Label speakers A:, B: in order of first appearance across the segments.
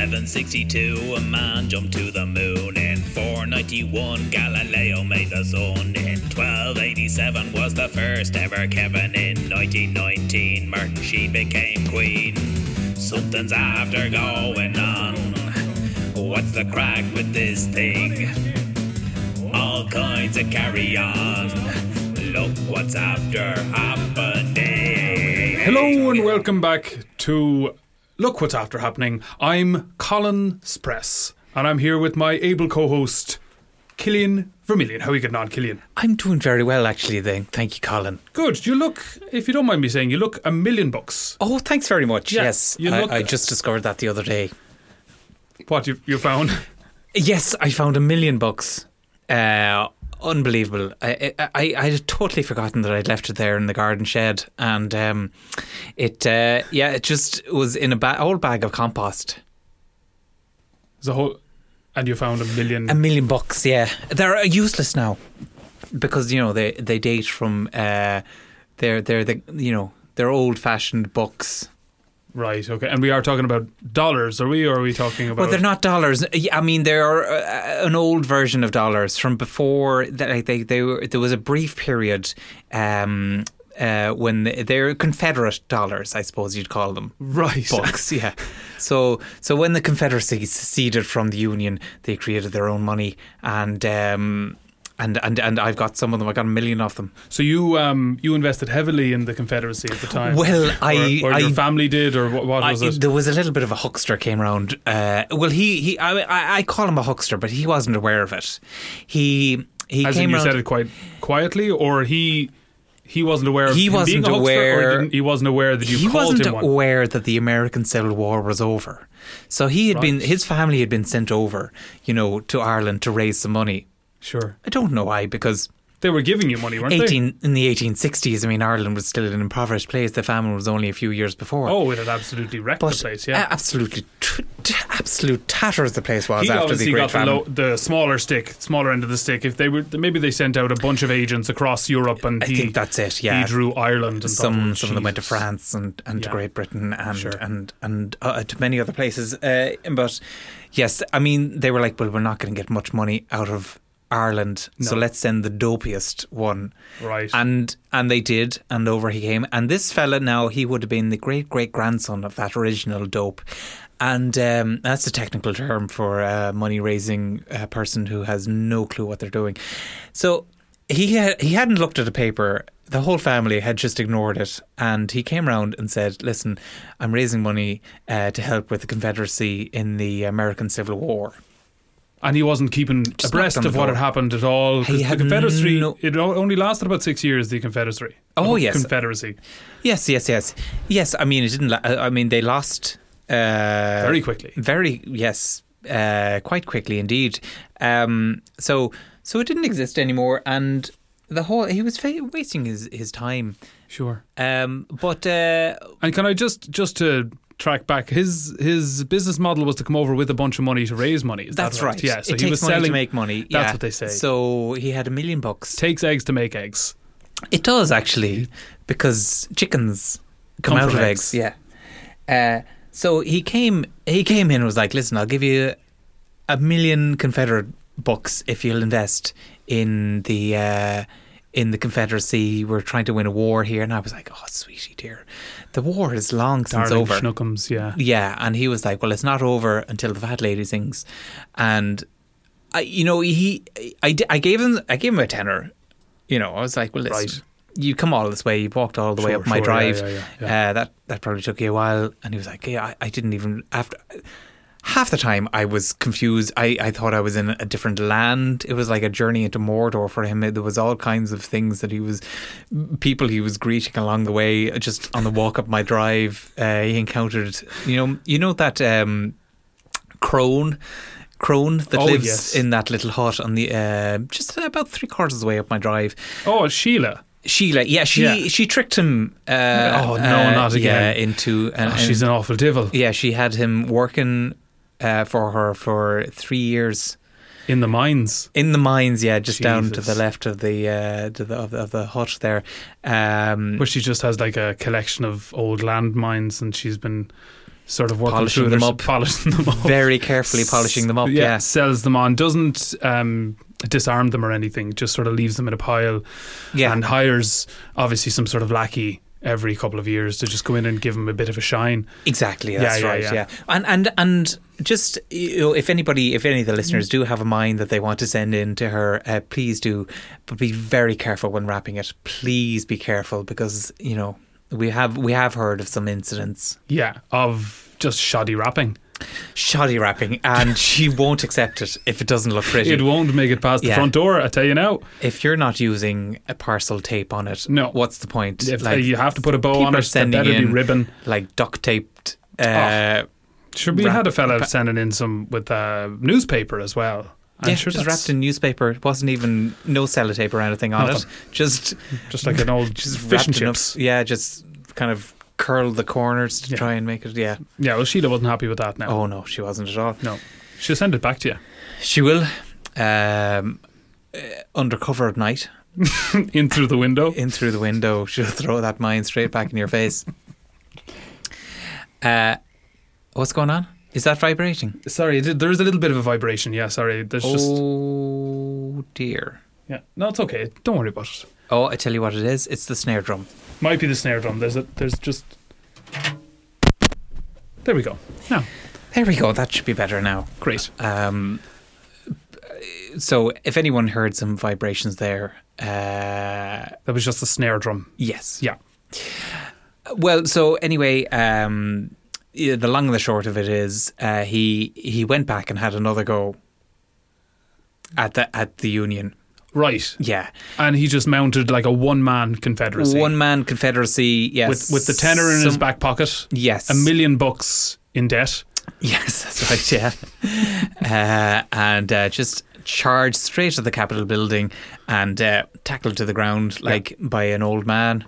A: 762, a man jumped to the moon. In 491, Galileo made the sun. In 1287 was the first ever Kevin. In 1919, Martin Sheen became queen. Something's after going on. What's the crack with this thing? All kinds of carry on. Look what's after happening.
B: Hello and welcome back to Look What's After Happening. I'm Colin Spress and I'm here with my able co host, Killian Vermillion. How are you getting on, Killian?
C: I'm doing very well, actually, then. Thank you, Colin.
B: Good. You look, if you don't mind me saying, you look a million bucks.
C: Oh, thanks very much.
B: Yeah,
C: yes,
B: you
C: I,
B: look-
C: I just discovered that the other day.
B: What you, you found?
C: Yes, I found a million bucks. Uh, unbelievable. I, I, I I had totally forgotten that I'd left it there in the garden shed. And um, it, uh, yeah, it just was in a ba- whole bag of compost.
B: The whole, and you found a million.
C: A million bucks, yeah. They're uh, useless now because you know they they date from uh, they're they're the you know they're old fashioned bucks.
B: right, okay. And we are talking about dollars, are we? Or are we talking about.
C: Well, they're not dollars. Yeah, I mean, they are uh, an old version of dollars from before. That like, they they were there was a brief period. Um, uh, when they- they're Confederate dollars, I suppose you'd call them
B: Right.
C: bucks. yeah. So so when the Confederacy seceded from the Union, they created their own money, and um, and and and I've got some of them. I got a million of them.
B: So you um, you invested heavily in the Confederacy at the time.
C: Well,
B: Or-
C: I-
B: Or, your
C: I-
B: family did, or what, what was
C: I-
B: it?
C: There was a little bit of a huckster came around. Uh, well, he, he I, I I call him a huckster, but he wasn't aware of it. He he
B: As
C: came
B: in you
C: around.
B: said it quite quietly, or he he wasn't aware. Of
C: He
B: him being
C: wasn't
B: a huckster, or he,
C: aware-
B: didn't, he wasn't aware that you
C: he
B: called
C: wasn't
B: him one.
C: aware that the American Civil War was over, so he had been
B: Right.
C: his family had been sent over, you know, to Ireland to raise some money.
B: Sure,
C: I don't know why, because
B: they were giving you money, weren't they?
C: eighteen in the eighteen sixties, I mean, Ireland was still an impoverished place. The famine was only a few years before.
B: Oh, it had absolutely wrecked
C: but
B: the place. Yeah,
C: a- absolutely, tr- t- absolute tatters the place was
B: he
C: uh, after
B: obviously
C: the Great
B: got the,
C: Famine.
B: low, the smaller stick, smaller end of the stick. If they were, maybe they sent out a bunch of agents across Europe, and
C: I
B: he,
C: think that's it. Yeah,
B: he drew Ireland and
C: some
B: thought,
C: some of them went to
B: "Jesus."
C: France and, and to
B: Yeah.
C: Great Britain and
B: Sure.
C: and and uh, to many other places. Uh, but yes, I mean they were like, well, we're not going to get much money out of Ireland, so
B: No.
C: let's send the dopiest one.
B: Right.
C: And and they did, and over he came. And this fella now he would have been the great great grandson of that original dope, and um, that's the technical term for a money raising uh, person who has no clue what they're doing. So he had, he hadn't looked at a paper. The whole family had just ignored it, and he came round and said, "Listen, I'm raising money uh, to help with the Confederacy in the American Civil War."
B: and he wasn't keeping
C: Just
B: abreast
C: knocked on
B: of
C: the
B: what
C: door.
B: had happened at all. 'cause the
C: He had
B: Confederacy
C: no-
B: it o- only lasted about six years. The Confederacy.
C: Oh,
B: The
C: yes.
B: Confederacy
C: Yes, yes, yes, yes. I mean, it didn't. La- uh, I mean, they lost uh,
B: very quickly.
C: very yes, uh, quite quickly indeed. Um, so, so it didn't exist anymore, and the whole he was fa- wasting his his time.
B: Sure.
C: Um, but uh,
B: And can I just just to track back his his business model was to come over with a bunch of money to raise money. Is
C: that's
B: that
C: right.
B: Yeah. So
C: it
B: he
C: takes
B: was
C: money
B: selling
C: to make money.
B: That's
C: yeah.
B: what they say.
C: So he had a million bucks.
B: takes eggs to make eggs.
C: It does actually, because chickens come,
B: Come
C: out
B: from
C: of
B: eggs.
C: eggs. Yeah. Uh, so he came. He came in and was like, "Listen, I'll give you a million Confederate bucks if you'll invest in the uh, in the Confederacy. We're trying to win a war here." And I was like, "Oh, sweetie dear, the war is long since
B: Darling
C: over."
B: Schnuckums, yeah.
C: Yeah, and he was like, "Well, it's not over until the fat lady sings," and I, you know, he, I, di- I gave him, I gave him a tenner. You know, I was like, "Well, listen,
B: Right.
C: you come all this way, you walked all the way
B: Sure,
C: up my
B: sure,
C: drive.
B: yeah, yeah, yeah, yeah.
C: Uh, that that probably took you a while." And he was like, "Yeah, I, I didn't even after." Half the time I was confused. I, I thought I was in a different land. It was like a journey into Mordor for him. There was all kinds of things that he was, people he was greeting along the way. Just on the walk up my drive, uh, he encountered, you know, you know that um, crone, crone that
B: Oh,
C: lives
B: yes.
C: in that little hut on the uh, just about three quarters of the way up my drive.
B: Oh, Sheila.
C: Sheila, yeah, she
B: Yeah.
C: she tricked him. Uh,
B: Oh, no,
C: uh,
B: not again.
C: Yeah, into and,
B: Oh, she's an awful devil
C: yeah, she had him working uh, for her for three years
B: in the mines.
C: in the mines. Yeah, just down to
B: Jesus.
C: the left of the uh, to the of, the- of the hut there. Um,
B: Where she just has like a collection of old land mines and she's been sort of working
C: Polishing
B: through
C: them
B: their-
C: up.
B: polishing them up,
C: Very carefully polishing them up.
B: Yeah,
C: Yeah.
B: sells them on, doesn't um, disarm them or anything, just sort of leaves them in a pile,
C: Yeah.
B: and hires obviously some sort of lackey every couple of years to just go in and give them a bit of a shine.
C: Exactly,
B: Yeah,
C: that's
B: yeah,
C: right.
B: yeah.
C: Yeah. and and and just you know, if anybody, if any of the listeners do have a mind that they want to send in to her, uh, please do, but be very careful when wrapping it. Please be careful because you know we have we have heard of some incidents
B: Yeah, of just shoddy wrapping.
C: shoddy wrapping, and she won't accept it if it doesn't look pretty.
B: It won't make it past the
C: Yeah.
B: front door, I tell you now.
C: if you're not using a parcel tape on it,
B: No.
C: what's the point?
B: If uh, you have to put a bow
C: people
B: on
C: are
B: it, there
C: sending
B: better be Oh.
C: in-
B: ribbon.
C: like duct taped. Uh,
B: Sure, we
C: wrap-
B: had a fella sending in some with uh, newspaper as well. I'm
C: yeah,
B: sure
C: just
B: that's
C: wrapped in newspaper. It wasn't even no sellotape or anything on
B: Nothing.
C: it. Just
B: just like an old
C: just
B: fish and
C: wrapped enough-
B: chips.
C: yeah, just kind of curled the corners to
B: Yeah.
C: try and make it. Yeah.
B: Yeah, well, Sheila wasn't happy with that. Now
C: Oh no, she wasn't at all.
B: No. She'll send it back to you
C: She will. Um, uh, undercover at night,
B: in through the window.
C: in through the window, she'll throw that mine straight back in your face. Uh, what's going on? Is that vibrating?
B: Sorry, it- there is a little bit of a vibration. Yeah, sorry. There's just
C: oh dear.
B: yeah. No, it's okay. Don't worry about it.
C: Oh, I tell you what it is. It's the snare drum.
B: Might be the snare drum. There's a there's just there we go. Now,
C: There we go. That should be better now.
B: great.
C: Um, so, if anyone heard some vibrations there, uh,
B: That was just the snare drum.
C: yes.
B: Yeah.
C: Well, so anyway, um, yeah, the long and the short of it is, uh, he he went back and had another go at the at the Union.
B: Right.
C: Yeah,
B: And he just mounted like a one man confederacy.
C: one man Confederacy. Yes,
B: with with the tenor in his
C: Some-
B: back pocket,
C: Yes,
B: a million bucks in debt.
C: Yes, that's right. Yeah, uh, and uh, just charged straight at the Capitol building and uh, tackled to the ground like by an old man.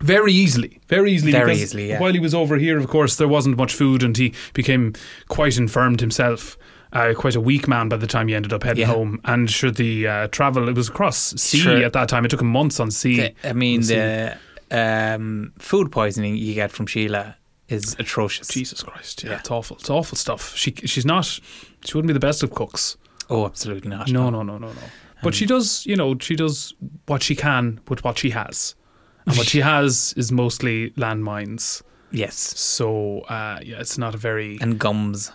B: Very easily, very easily.
C: Very
B: because
C: easily, yeah.
B: While he was over here, of course, there wasn't much food, and he became quite infirmed himself, uh, quite a weak man by the time he ended up heading
C: Yeah.
B: home. And sure, the uh, travel it was across sea
C: Sure.
B: at that time. It took him months on sea.
C: The- I mean,
B: Let's see.
C: the um, food poisoning you get from Sheila is atrocious.
B: Jesus Christ, yeah,
C: Yeah.
B: it's awful. It's awful stuff. She she's not. She wouldn't be the best of cooks.
C: Oh, absolutely not.
B: No, no, no, no, no. But she does, you know, she does what she can with what she has. And what she has is mostly landmines.
C: Yes,
B: So, uh, yeah, it's not a very.
C: and gums.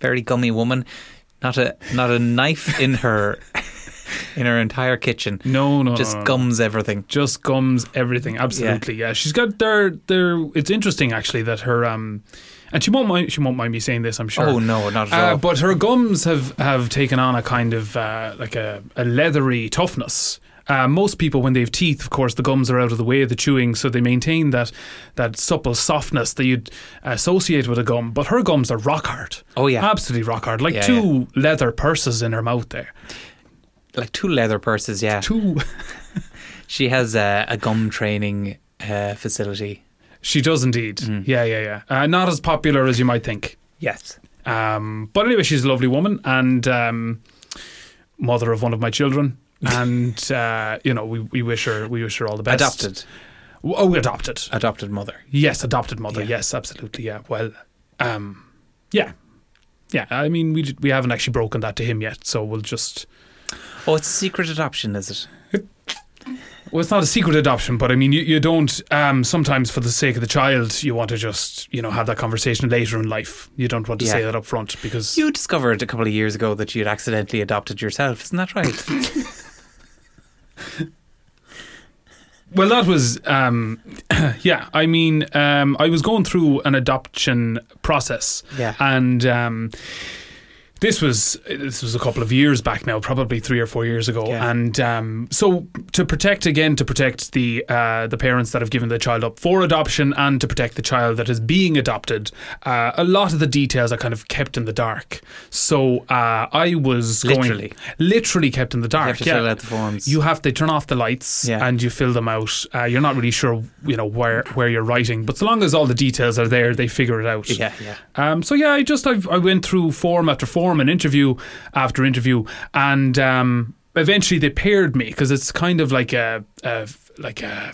C: Very gummy woman. Not a not a knife in her in her entire kitchen.
B: No, no.
C: Just
B: no, no.
C: gums everything.
B: Just gums everything. Absolutely. Yeah. She's got their their it's interesting actually that her um and she won't mind she won't mind me saying this, I'm sure.
C: Oh no, not at all.
B: Uh, but her gums have, have taken on a kind of uh, like a, a leathery toughness. Uh, most people, when they have teeth, of course, the gums are out of the way of the chewing, so they maintain that that supple softness that you'd associate with a gum. But her gums are rock hard.
C: Oh, yeah.
B: absolutely rock hard, like
C: Yeah,
B: two leather purses in her mouth. There,
C: like two leather purses. Yeah,
B: two.
C: she has a, a gum training uh, facility.
B: she does indeed.
C: Mm.
B: Yeah, yeah, yeah. Uh, not as popular as you might think.
C: Yes.
B: Um, but anyway, she's a lovely woman and um, mother of one of my children. and uh, you know, we, we wish her we wish her all the best.
C: Adopted,
B: Oh, adopted.
C: adopted mother.
B: Yes, adopted mother.
C: Yeah.
B: Yes, absolutely. Yeah. Well, um, yeah, yeah. I mean, we we haven't actually broken that to him yet, so we'll just.
C: Oh, it's secret adoption, is it?
B: Well, it's not a secret adoption, but I mean, you, you don't. Um, sometimes, for the sake of the child, you want to just you know have that conversation later in life. You don't want to say
C: Yeah.
B: that up front because
C: You discovered a couple of years ago that you'd accidentally adopted yourself, isn't that right?
B: Well, that was, um, yeah. I mean, um, I was going through an adoption process,
C: Yeah.
B: and um, this was this was a couple of years back now, probably three or four years ago.
C: Yeah.
B: And um, so, to protect again, to protect the uh, the parents that have given the child up for adoption, and to protect the child that is being adopted, uh, a lot of the details are kind of kept in the dark. So uh, I was
C: Literally.
B: going literally kept in the dark.
C: you have to
B: yeah.
C: fill out the forms.
B: You have to turn off the lights
C: Yeah.
B: and you fill them out. Uh, you're not really sure, you know, where where you're writing, but so long as all the details are there, they figure it out.
C: yeah, yeah.
B: Um, so yeah, I just I've, I went through form after form and interview after interview, and um, eventually they paired me because it's kind of like a, a like a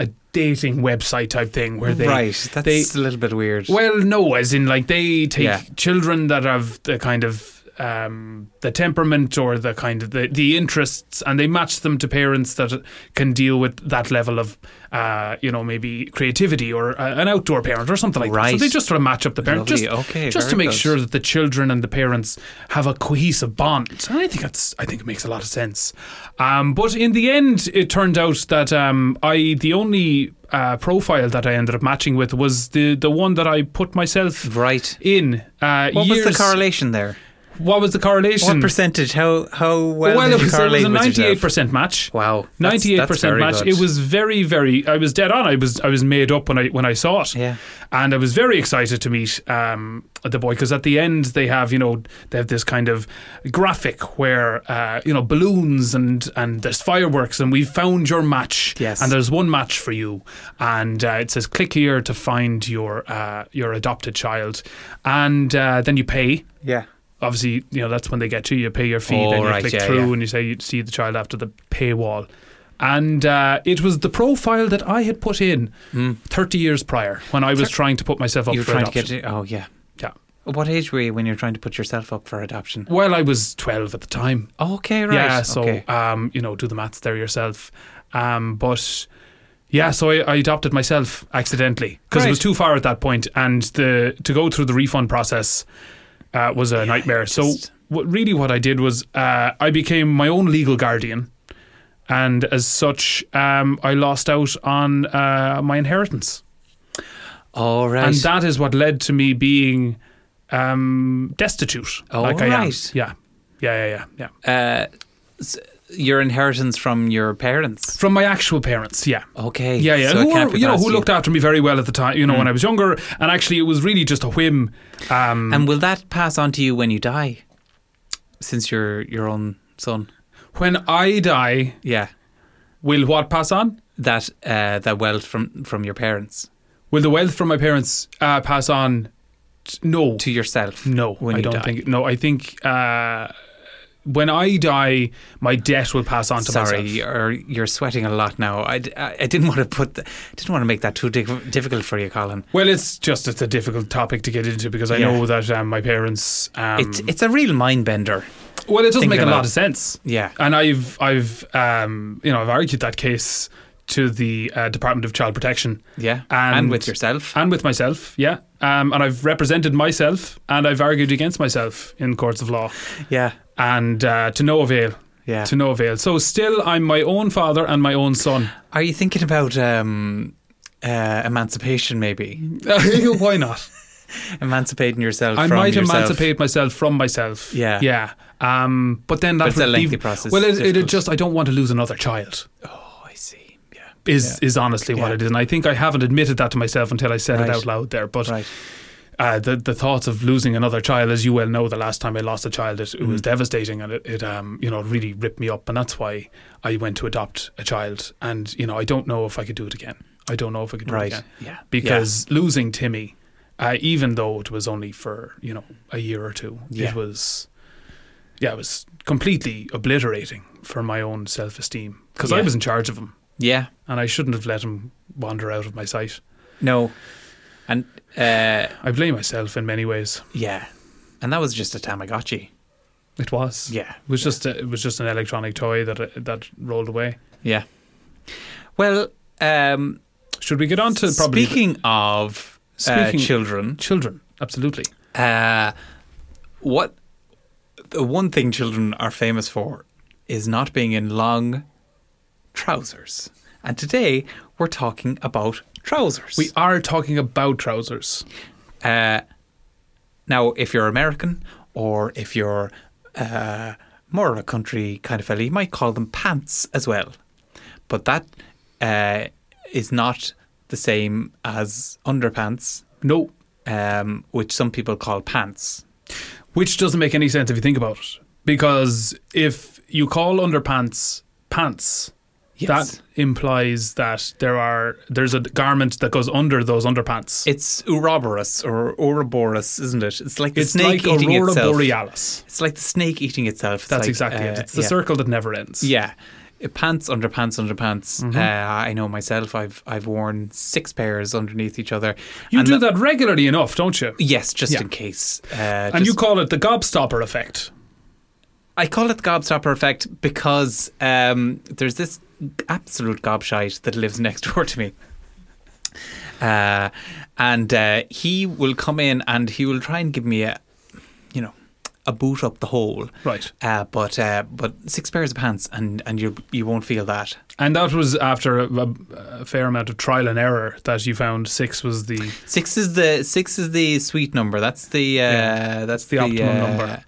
B: a dating website type thing where they
C: right. That's
B: they-
C: a little bit weird.
B: well, no, as in like they take
C: Yeah.
B: children that have the kind of um, the temperament or the kind of the, the interests, and they match them to parents that can deal with that level of, uh, you know, maybe creativity or uh, an outdoor parent or something like that.
C: Right.
B: So they just sort of match up the parents
C: Lovely.
B: just,
C: Okay,
B: just to
C: very
B: make
C: good.
B: sure that the children and the parents have a cohesive bond. And I think that's I think it makes a lot of sense. Um, but in the end, it turned out that um, I the only uh, profile that I ended up matching with was the the one that I put myself
C: right.
B: in. Uh,
C: What
B: years,
C: was the correlation there?
B: What was the correlation?
C: What percentage? How how well,
B: well,
C: did
B: it was, it
C: you
B: was
C: correlate
B: a
C: with
B: ninety-eight
C: yourself?
B: percent match.
C: Wow, That's-
B: Ninety-eight
C: that's
B: percent
C: very
B: match.
C: good.
B: It was very, very. I was dead on. I was, I was made up when I when I saw it.
C: Yeah.
B: and I was very excited to meet um, the boy because at the end they have, you know, they have this kind of graphic where uh, you know balloons and and there's fireworks and we found your match.
C: Yes.
B: and there's one match for you, and uh, it says click here to find your uh, your adopted child, and uh, then you pay
C: yeah.
B: obviously, you know, that's when they get you. You pay your fee,
C: Oh,
B: then you
C: right,
B: click
C: yeah,
B: through,
C: yeah.
B: and you say you see the child after the paywall. And uh, it was the profile that I had put in 30 years prior when I was trying to put myself up
C: Hmm. You were
B: for
C: trying
B: adoption.
C: to get. Oh yeah.
B: Yeah.
C: What age were you when you were trying to put yourself up for adoption?
B: Well, I was 12 at the time.
C: Okay, right.
B: Yeah, so,
C: okay.
B: um, you know, do the maths there yourself. Um, but yeah, so I, I adopted myself accidentally because
C: Right.
B: it was too far at that point, and the to go through the refund process uh, was a nightmare. So
C: just-
B: what really what I did was uh, I became my own legal guardian, and as such, um, I lost out on uh, my inheritance,
C: All right.
B: and that is what led to me being um, destitute,
C: Oh,
B: like I am.
C: right.
B: Yeah, yeah, yeah, yeah, yeah.
C: uh, s- your inheritance from your parents.
B: From my actual parents, yeah.
C: Okay.
B: Yeah, yeah.
C: So it
B: who
C: can't
B: were-
C: be
B: you know,
C: passed
B: who
C: to
B: looked after me very well at the time. You know, when I was younger, and actually, it was really just a whim. Um,
C: And will that pass on to you when you die? Since you're your own son.
B: when I die,
C: Yeah.
B: will what pass on?
C: That uh, that wealth from from your parents
B: Will the wealth from my parents uh, pass on? T- No,
C: to yourself.
B: no.
C: when
B: I
C: you
B: don't
C: die.
B: think. No, I think uh, when I die, my debt will pass on to
C: Sorry,
B: myself.
C: you're you're sweating a lot now. I, d- I- I didn't want to put the, didn't want to make that too diff- difficult for you, Colin.
B: Well, it's just it's a difficult topic to get into because I
C: Yeah.
B: know that um, my parents. Um,
C: It's it's a real mind bender.
B: well, it doesn't
C: thinking
B: make a
C: about-
B: lot of sense.
C: Yeah.
B: and I've I've um, you know I've argued that case to the uh, Department of Child Protection
C: Yeah.
B: And- uh,
C: with yourself.
B: and with myself, yeah, um, and I've represented myself and I've argued against myself in courts of law,
C: yeah.
B: and uh, to no avail.
C: Yeah.
B: To no avail. So still, I'm my own father and my own son.
C: Are you thinking about um uh, emancipation maybe?
B: Why not?
C: Emancipating yourself
B: Mm. I
C: from
B: might
C: yourself.
B: emancipate myself from myself.
C: Yeah.
B: yeah. Um, but then that
C: it's
B: would
C: a lengthy
B: be-
C: process,
B: Well,
C: it's
B: it, it
C: difficult.
B: just I don't want to lose another child.
C: Oh, I see. Yeah.
B: Is is honestly what
C: Yeah.
B: it is, and I think I haven't admitted that to myself until I said
C: Right.
B: it out loud there. But
C: Right.
B: uh, the the thoughts of losing another child, as you well know, the last time I lost a child, it, it was
C: Mm-hmm.
B: devastating, and it, it um you know really ripped me up, and that's why I went to adopt a child, and you know I don't know if I could do it again. I don't know if I could do
C: Right.
B: it again
C: Yeah.
B: because losing Timmy, uh, even though it was only for you know a year or two,
C: Yeah.
B: it was yeah it was completely obliterating for my own self esteem because I
C: Yeah.
B: was in charge of him,
C: Yeah.
B: and I shouldn't have let him wander out of my sight.
C: No. And uh,
B: I blame myself in many ways.
C: yeah. And that was just a Tamagotchi.
B: It was
C: Yeah.
B: It was just a, it was just an electronic toy that that rolled away.
C: Yeah. Well, um,
B: Should we get on to probably
C: speaking of
B: Speaking-
C: uh, children,
B: children? Absolutely.
C: uh, what the one thing children are famous for is not being in long trousers. And today we're talking about trousers.
B: We are talking about trousers.
C: Uh, now, if you're American or if you're uh, more of a country kind of fella, you might call them pants as well. But that uh, is not the same as underpants,
B: No,
C: um, which some people call pants.
B: which doesn't make any sense if you think about it, because if you call underpants pants,
C: Yes.
B: that implies that there are there's a garment that goes under those underpants.
C: It's Ouroboros or Ouroboros, isn't it? It's like the
B: it's
C: snake
B: like
C: eating
B: aurora
C: itself.
B: borealis.
C: It's like the snake eating itself. It's
B: That's
C: like,
B: exactly
C: uh,
B: it. It's the
C: yeah.
B: circle that never ends.
C: Yeah. Uh, pants, underpants, underpants.
B: Mm-hmm.
C: Uh, I know myself. I've I've worn six pairs underneath each other.
B: You
C: And
B: do
C: tha-
B: that regularly enough, don't you?
C: Yes, just
B: Yeah.
C: in case. Uh,
B: And you
C: just-
B: call it the gobstopper effect.
C: I call it the gobstopper effect because um, there's this absolute gobshite that lives next door to me. Uh, and uh, he will come in and he will try and give me a, you know, a boot up the hole.
B: Right.
C: Uh, but uh, but six pairs of pants and and you you won't feel that.
B: And that was after a, a, a fair amount of trial and error that you found six was the.
C: Six is the six is the sweet number. That's the uh, that's
B: the
C: the,
B: optimum
C: uh,
B: number.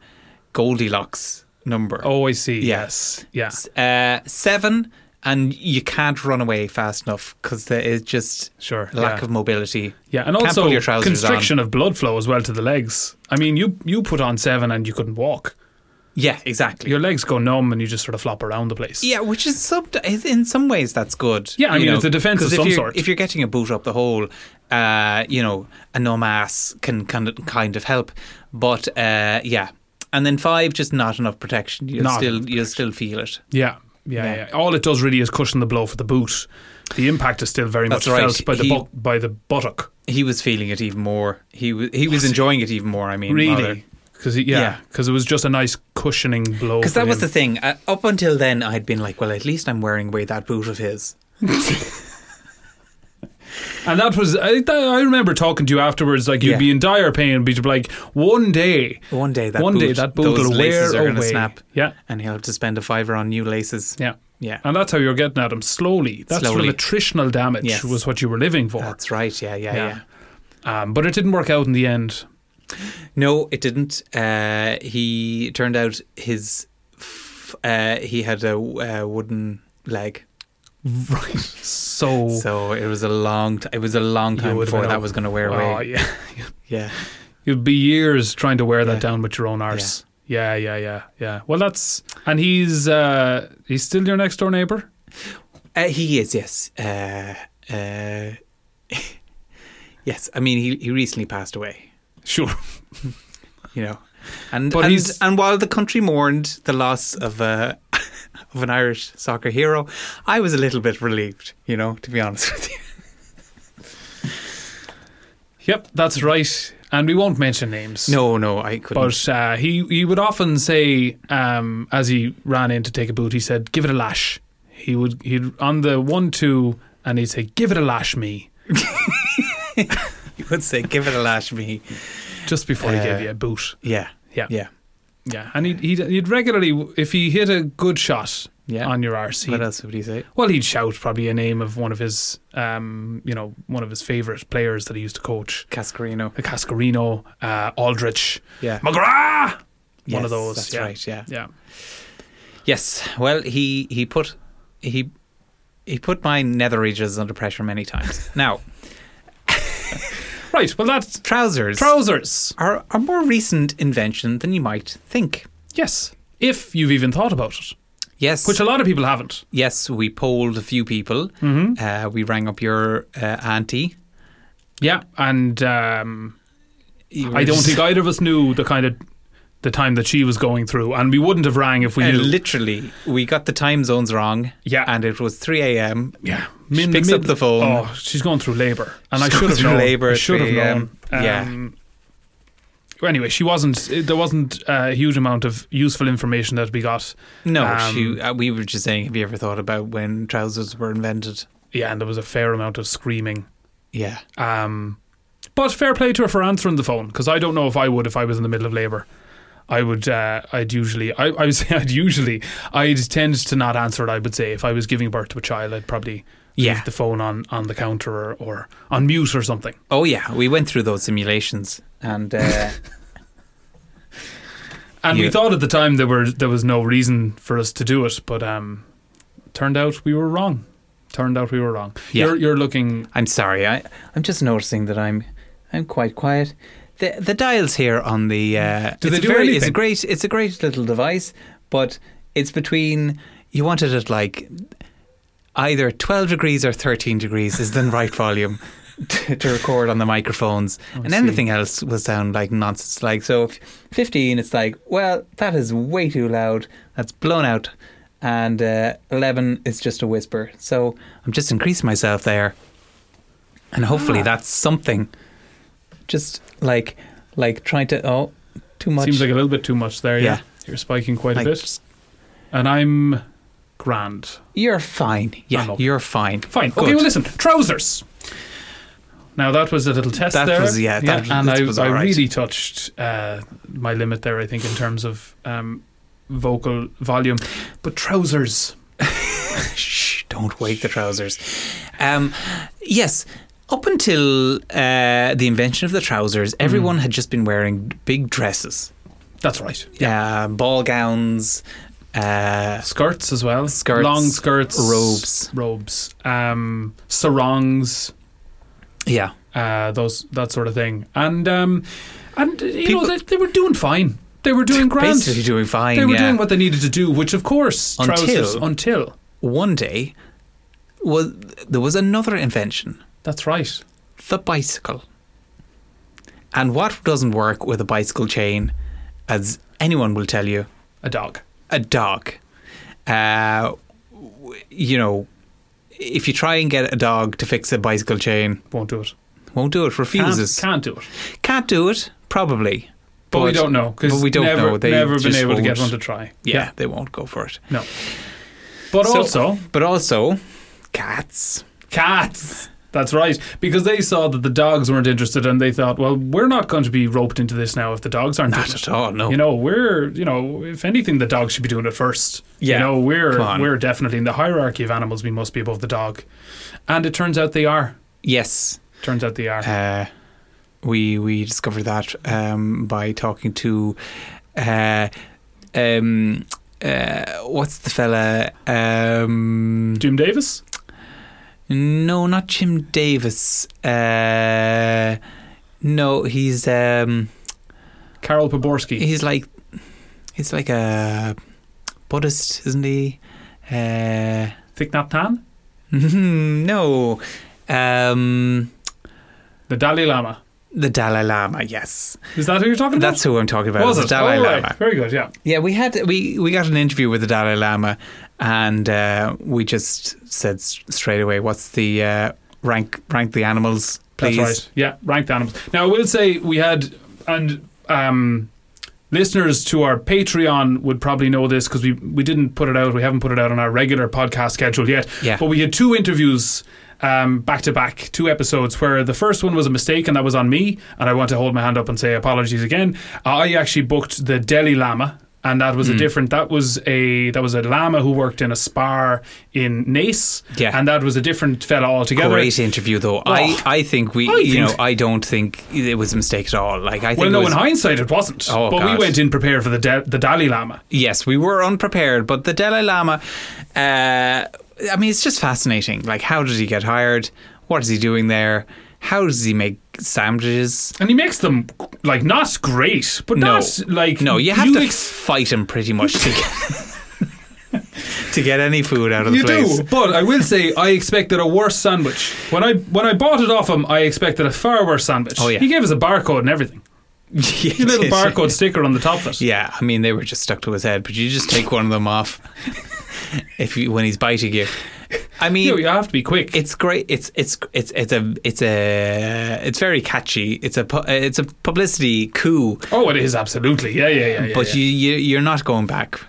C: Goldilocks number.
B: Oh, I see.
C: Yeah.
B: Yes. Yeah.
C: S- uh, seven, and you can't run away fast enough because there is just
B: Sure.
C: lack
B: yeah.
C: of mobility.
B: Yeah, and
C: Can't
B: also
C: pull your trousers
B: constriction of blood flow as well to the legs. I mean, you you put on seven and you couldn't walk.
C: Yeah, exactly.
B: Your legs go numb and you just sort of flop around the place.
C: yeah, which is some, is- in some ways that's good.
B: Yeah, I
C: you
B: mean, it's a defence of
C: 'cause if
B: some
C: you're-
B: sort.
C: If you're getting a boot up the hole, uh, you know, a numb ass can kind of, kind of help. But uh, yeah, and then five, just not enough protection. You'll
B: Not
C: still
B: enough
C: you'll still feel it.
B: Yeah. Yeah,
C: Yeah.
B: yeah. All it does really is cushion the blow for the boot. The impact is still very
C: That's
B: much
C: right.
B: felt by the
C: He-
B: bu- by the buttock,
C: He was feeling it even more. He was he was enjoying it even more. I mean, rather.
B: really, because yeah,
C: Yeah.
B: because it was just a nice cushioning blow.
C: Because
B: for
C: that was
B: him.
C: the thing. Uh, up until then, I'd been like, well, at least I'm wearing away that boot of his.
B: And that was, I, th- I remember talking to you afterwards, like you'd
C: Yeah.
B: be in dire pain, be like, one day,
C: One day that
B: one
C: boot,
B: day that boot
C: those
B: will wear
C: laces are gonna
B: away.
C: snap,
B: Yeah,
C: and he'll have to spend a fiver on new laces.
B: yeah. Uh,
C: Yeah,
B: And that's how you're getting at them slowly. That sort
C: Slowly.
B: of attritional damage
C: Yes.
B: was what you were living for.
C: that's right. Yeah, yeah, yeah.
B: Um, but it didn't work out in the end.
C: No, it didn't. Uh, he turned out his f- uh, he had a uh, wooden leg,
B: Right. So,
C: so it was a long. T- it was a long
B: You
C: time
B: would've
C: before
B: been
C: that
B: up-
C: was going to wear
B: oh,
C: away.
B: yeah.
C: Yeah,
B: You'd be years trying to wear that
C: Yeah.
B: down with your own arse. Yeah. yeah, yeah, yeah, Well, that's, and he's, uh, he's still your next door neighbor?
C: uh, he is. Yes. Uh, uh, yes. I mean, he he recently passed away.
B: Sure.
C: you know. And
B: But
C: and,
B: he's-
C: and while the country mourned the loss of a of an Irish soccer hero, I was a little bit relieved, you know, to be honest with you.
B: Yep, that's right. And we won't mention names.
C: No, no, I couldn't.
B: But uh, he he would often say, um, as he ran in to take a boot, he said, "Give it a lash." He would he'd on the one two, and he'd say, "Give it a lash, me,"
C: you would say, "Give it a lash, me."
B: just before he
C: Uh,
B: gave you a boot.
C: Yeah,
B: Yeah.
C: yeah.
B: Yeah, and he'd he'd, he'd regularly, if he hit a good shot
C: Yeah. uh,
B: on your arse, he'd,
C: What else would he say?
B: well, he'd shout probably a name of one of his, um, you know, one of his favorite players that he used to coach,
C: Cascarino.
B: Cascarino, uh, Aldrich,
C: Yeah,
B: McGrath, one
C: Yes,
B: of those.
C: That's
B: yeah.
C: right. Yeah.
B: Yeah.
C: Yes. Well, he he put he he put my nether regions under pressure many times. now,
B: Right. Well, that's
C: trousers
B: trousers.
C: are a more recent invention than you might think.
B: Yes, if you've even thought about it,
C: Yes.
B: which a lot of people haven't.
C: Yes, we polled a few people.
B: Mm-hmm.
C: Uh, we rang up your uh, auntie.
B: Yeah, and um,
C: You were
B: I don't
C: just-
B: think either of us knew the kind of the time that she was going through, and we wouldn't have rang if we
C: Uh,
B: knew.
C: literally, we got the time zones wrong.
B: Yeah.
C: and it was three a.m.
B: yeah,
C: She
B: in
C: picks up
B: mid-
C: the phone.
B: Oh, she's gone through labour, and
C: She's
B: I should
C: gone
B: have
C: through
B: known.
C: labour
B: I
C: at
B: should have
C: 3 a.m..
B: known.
C: Yeah.
B: Um, well, Anyway, she wasn't. it- There wasn't a huge amount of useful information that we got.
C: No,
B: Um,
C: she, uh, we were just saying, have you ever thought about when trousers were invented?
B: Yeah, and there was a fair amount of screaming.
C: Yeah,
B: Um, but fair play to her for answering the phone because I don't know if I would if I was in the middle of labour. I would. Uh, I'd usually. I, I would say I'd usually. I'd tend to not answer it. I would say if I was giving birth to a child, I'd probably
C: Yeah.
B: leave the phone on on the counter or, or on mute or something.
C: oh yeah, we went through those simulations, and uh,
B: And we
C: Yeah.
B: thought at the time there were there was no reason for us to do it, but um, turned out we were wrong. Turned out we were wrong.
C: Yeah.
B: You're you're looking.
C: I'm sorry, I, I'm just noticing that I'm, I'm quite quiet. The the dials here on the uh,
B: Do
C: it's
B: they
C: a
B: do
C: very, It's a
B: anything?
C: great, it's a great little device, but it's between you want it at like either 12 degrees or 13 degrees is the right volume to, to record on the microphones, and
B: Oh, see.
C: anything else will sound like nonsense. Like so, if 15, it's like well that is way too loud. That's blown out. and uh, 11 is just a whisper. So I'm just increasing myself there. And hopefully
B: Ah.
C: that's something. Just like like trying to oh, too much.
B: Seems like a little bit too much there. Yeah,
C: Yeah.
B: you're spiking quite
C: Like,
B: a bit,
C: just-
B: and I'm grand.
C: You're fine.
B: I'm
C: Yeah,
B: okay.
C: you're fine.
B: Fine.
C: Good.
B: Okay, well, listen, trousers. Now that was a little test
C: That
B: there.
C: was- yeah, that-
B: and
C: that
B: I,
C: was
B: I
C: alright.
B: really touched uh, my limit there. I think in terms of um, vocal volume, but trousers.
C: Shh, don't wake the trousers. Um, yes, up until uh, the invention of the trousers,
B: Mm.
C: everyone had just been wearing big dresses,
B: That's right.
C: uh, ball gowns, uh,
B: Skirts as well.
C: Skirts,
B: long skirts,
C: robes.
B: robes, um, sarongs.
C: Yeah,
B: uh, those that sort of thing. And um, and you
C: People-
B: know they, they were doing fine. They were doing grand.
C: basically doing fine.
B: they were
C: yeah.
B: doing what they needed to do, which of course
C: Until-
B: trousers until
C: One day, was there was another invention,
B: that's right.
C: the bicycle. And what doesn't work with a bicycle chain, as anyone will tell you,
B: A dog.
C: a dog. Uh, w- you know, if you try and get a dog to fix a bicycle chain,
B: Won't do it.
C: won't do it. Refuses.
B: Can't,
C: Can't,
B: can't do it.
C: do it. Probably.
B: But, we don't know
C: but
B: because
C: we don't
B: never,
C: know. They
B: never been
C: just
B: able to get one
C: won't.
B: to try.
C: Yeah, they won't go for it.
B: No. But
C: So-
B: also
C: But also, cats.
B: cats. That's right, because they saw that the dogs weren't interested, and they thought, well, we're not going to be roped into this now if the dogs aren't.
C: Not
B: doing it.
C: at all. No.
B: You know, we're you know, if anything, the dog should be doing it first.
C: Yeah,
B: You know, we're
C: come on.
B: we're definitely in the hierarchy of animals. We must be above the dog, and it turns out they are.
C: yes.
B: Turns out they are.
C: Uh, we we discovered that um, by talking to, uh, um, uh, what's the fella? Um,
B: Jim Davis.
C: No, not Jim Davis. Uh, no, he's um,
B: Carol Poborski.
C: he's like he's like a Buddhist, isn't he? Uh,
B: Thich Nhat Hanh,
C: no, um,
B: the Dalai Lama.
C: the Dalai Lama. Yes,
B: Is that who you're talking about?
C: that's who I'm talking about.
B: was
C: the
B: it?
C: Dalai
B: Oh, right.
C: Lama.
B: Very good. Yeah.
C: Yeah, we had we we got an interview with the Dalai Lama, and uh, we just said s- straight away, "What's the uh, rank rank the animals, please?"
B: That's right. Yeah, ranked animals. Now, I will say we had, and um, listeners to our Patreon would probably know this because we, we didn't put it out. We haven't put it out on our regular podcast schedule yet.
C: Yeah.
B: But we had two interviews um, back to back, two episodes, where the first one was a mistake and that was on me. And I want to hold my hand up and say apologies again. I actually booked the Delhi Lama. And that
C: Hmm.
B: was a different. That was a that was a lama who worked in a spa in Nace.
C: Yeah.
B: and that was a different fella altogether.
C: Great interview, though. I,
B: Oh,
C: I think we,
B: I
C: you know,
B: think-
C: I don't think it was a mistake at all. Like I think,
B: Well,
C: it
B: no,
C: was-
B: in hindsight, it wasn't.
C: Oh,
B: but
C: God.
B: we went in prepared for the da- the Dalai Lama.
C: yes, we were unprepared, but the Dalai Lama. Uh, I mean, it's just fascinating. Like, how did he get hired? What is he doing there? How does he make sandwiches?
B: And he makes them, like, not great, but
C: No,
B: not, like...
C: no, you have to
B: ex-
C: fight him pretty much to get to get any food out of the
B: you
C: place.
B: do, but I will say I expected a worse sandwich. When I when I bought it off him, I expected a far worse sandwich.
C: Oh, yeah.
B: He gave us a barcode and everything.
C: Yeah,
B: A little
C: it is.
B: barcode sticker on the top of it.
C: Yeah, I mean they were just stuck to his head, but you just take one of them off if you, when he's biting you. I mean,
B: You, know, you have to be quick.
C: it's great. It's it's it's it's a it's a it's very catchy. It's a pu- it's a publicity coup.
B: oh, it is, absolutely. Yeah, yeah, yeah. yeah,
C: but
B: yeah.
C: you you you're not going back.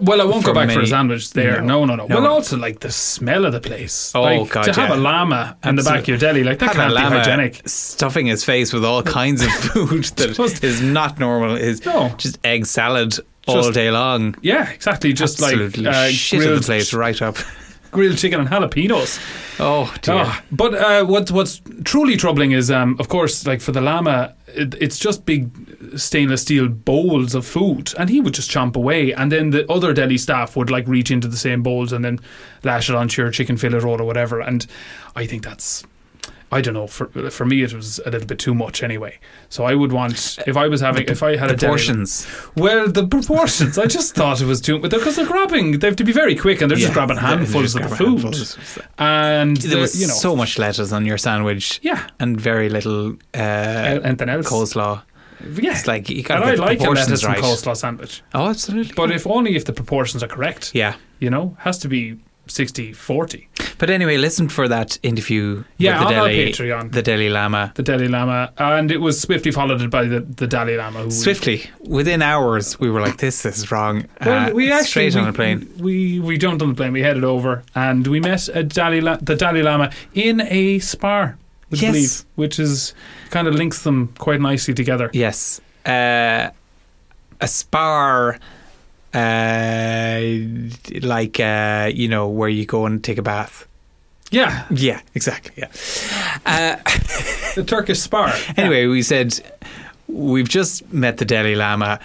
B: Well, I won't
C: For
B: go back for a
C: many-
B: sandwich there.
C: No.
B: No. No, no,
C: No.
B: Well, also like the smell of the place.
C: Oh,
B: like,
C: God,
B: to have
C: yeah.
B: a llama in the back of your deli, like that
C: Having
B: can't
C: a
B: be
C: llama
B: hygienic.
C: Stuffing his face with all kinds of food that
B: Just-
C: is not normal is
B: No.
C: just egg salad all day long.
B: Yeah, exactly. Just
C: Absolutely
B: like uh,
C: shit in the
B: grilled,
C: place right up.
B: grilled chicken and jalapenos.
C: Oh dear.
B: Ah, but uh, what, what's truly troubling is, um, of course, like for the llama, it, it's just big stainless steel bowls of food, and he would just chomp away, and then the other deli staff would like reach into the same bowls and then lash it onto your chicken fillet roll or whatever. And I think that's. I don't know. For for me, it was a little bit too much anyway. So I would want if I was having if I had a deli-
C: Proportions.
B: Well, the proportions. I just thought it was too. Because they're grabbing. They have to be very quick, and they're just grabbing handfuls of the food. And
C: There was
B: you know,
C: so much lettuce on your sandwich
B: yeah,
C: and very little uh,
B: anything else?
C: coleslaw.
B: Yes.
C: It's like you got
B: and
C: to
B: I
C: get the
B: like a
C: proportions
B: lettuce
C: right.
B: and coleslaw sandwich,
C: Oh, absolutely.
B: but if only if the proportions are correct.
C: yeah.
B: You know, has to be 60-40.
C: But anyway, listen for that interview
B: Yeah,
C: with
B: on
C: the
B: our
C: Dalai,
B: Patreon.
C: the Dalai Lama.
B: the Dalai Lama, and it was swiftly followed by the, the Dalai Lama. Who
C: Swiftly, within hours, we were like, "This is wrong."
B: Well, we
C: Uh,
B: actually
C: straight
B: we,
C: on a plane.
B: We we jumped on the plane. We headed over, and we met a Dalai La- the Dalai Lama in a spa. Would you
C: Yes.
B: believe, which is kind of links them quite nicely together.
C: Yes, uh, a spar, uh, like uh, you know where you go and take a bath.
B: Yeah,
C: Yeah, exactly. Yeah. Uh,
B: the Turkish spa.
C: Anyway, we said we've just met the Dalai Lama.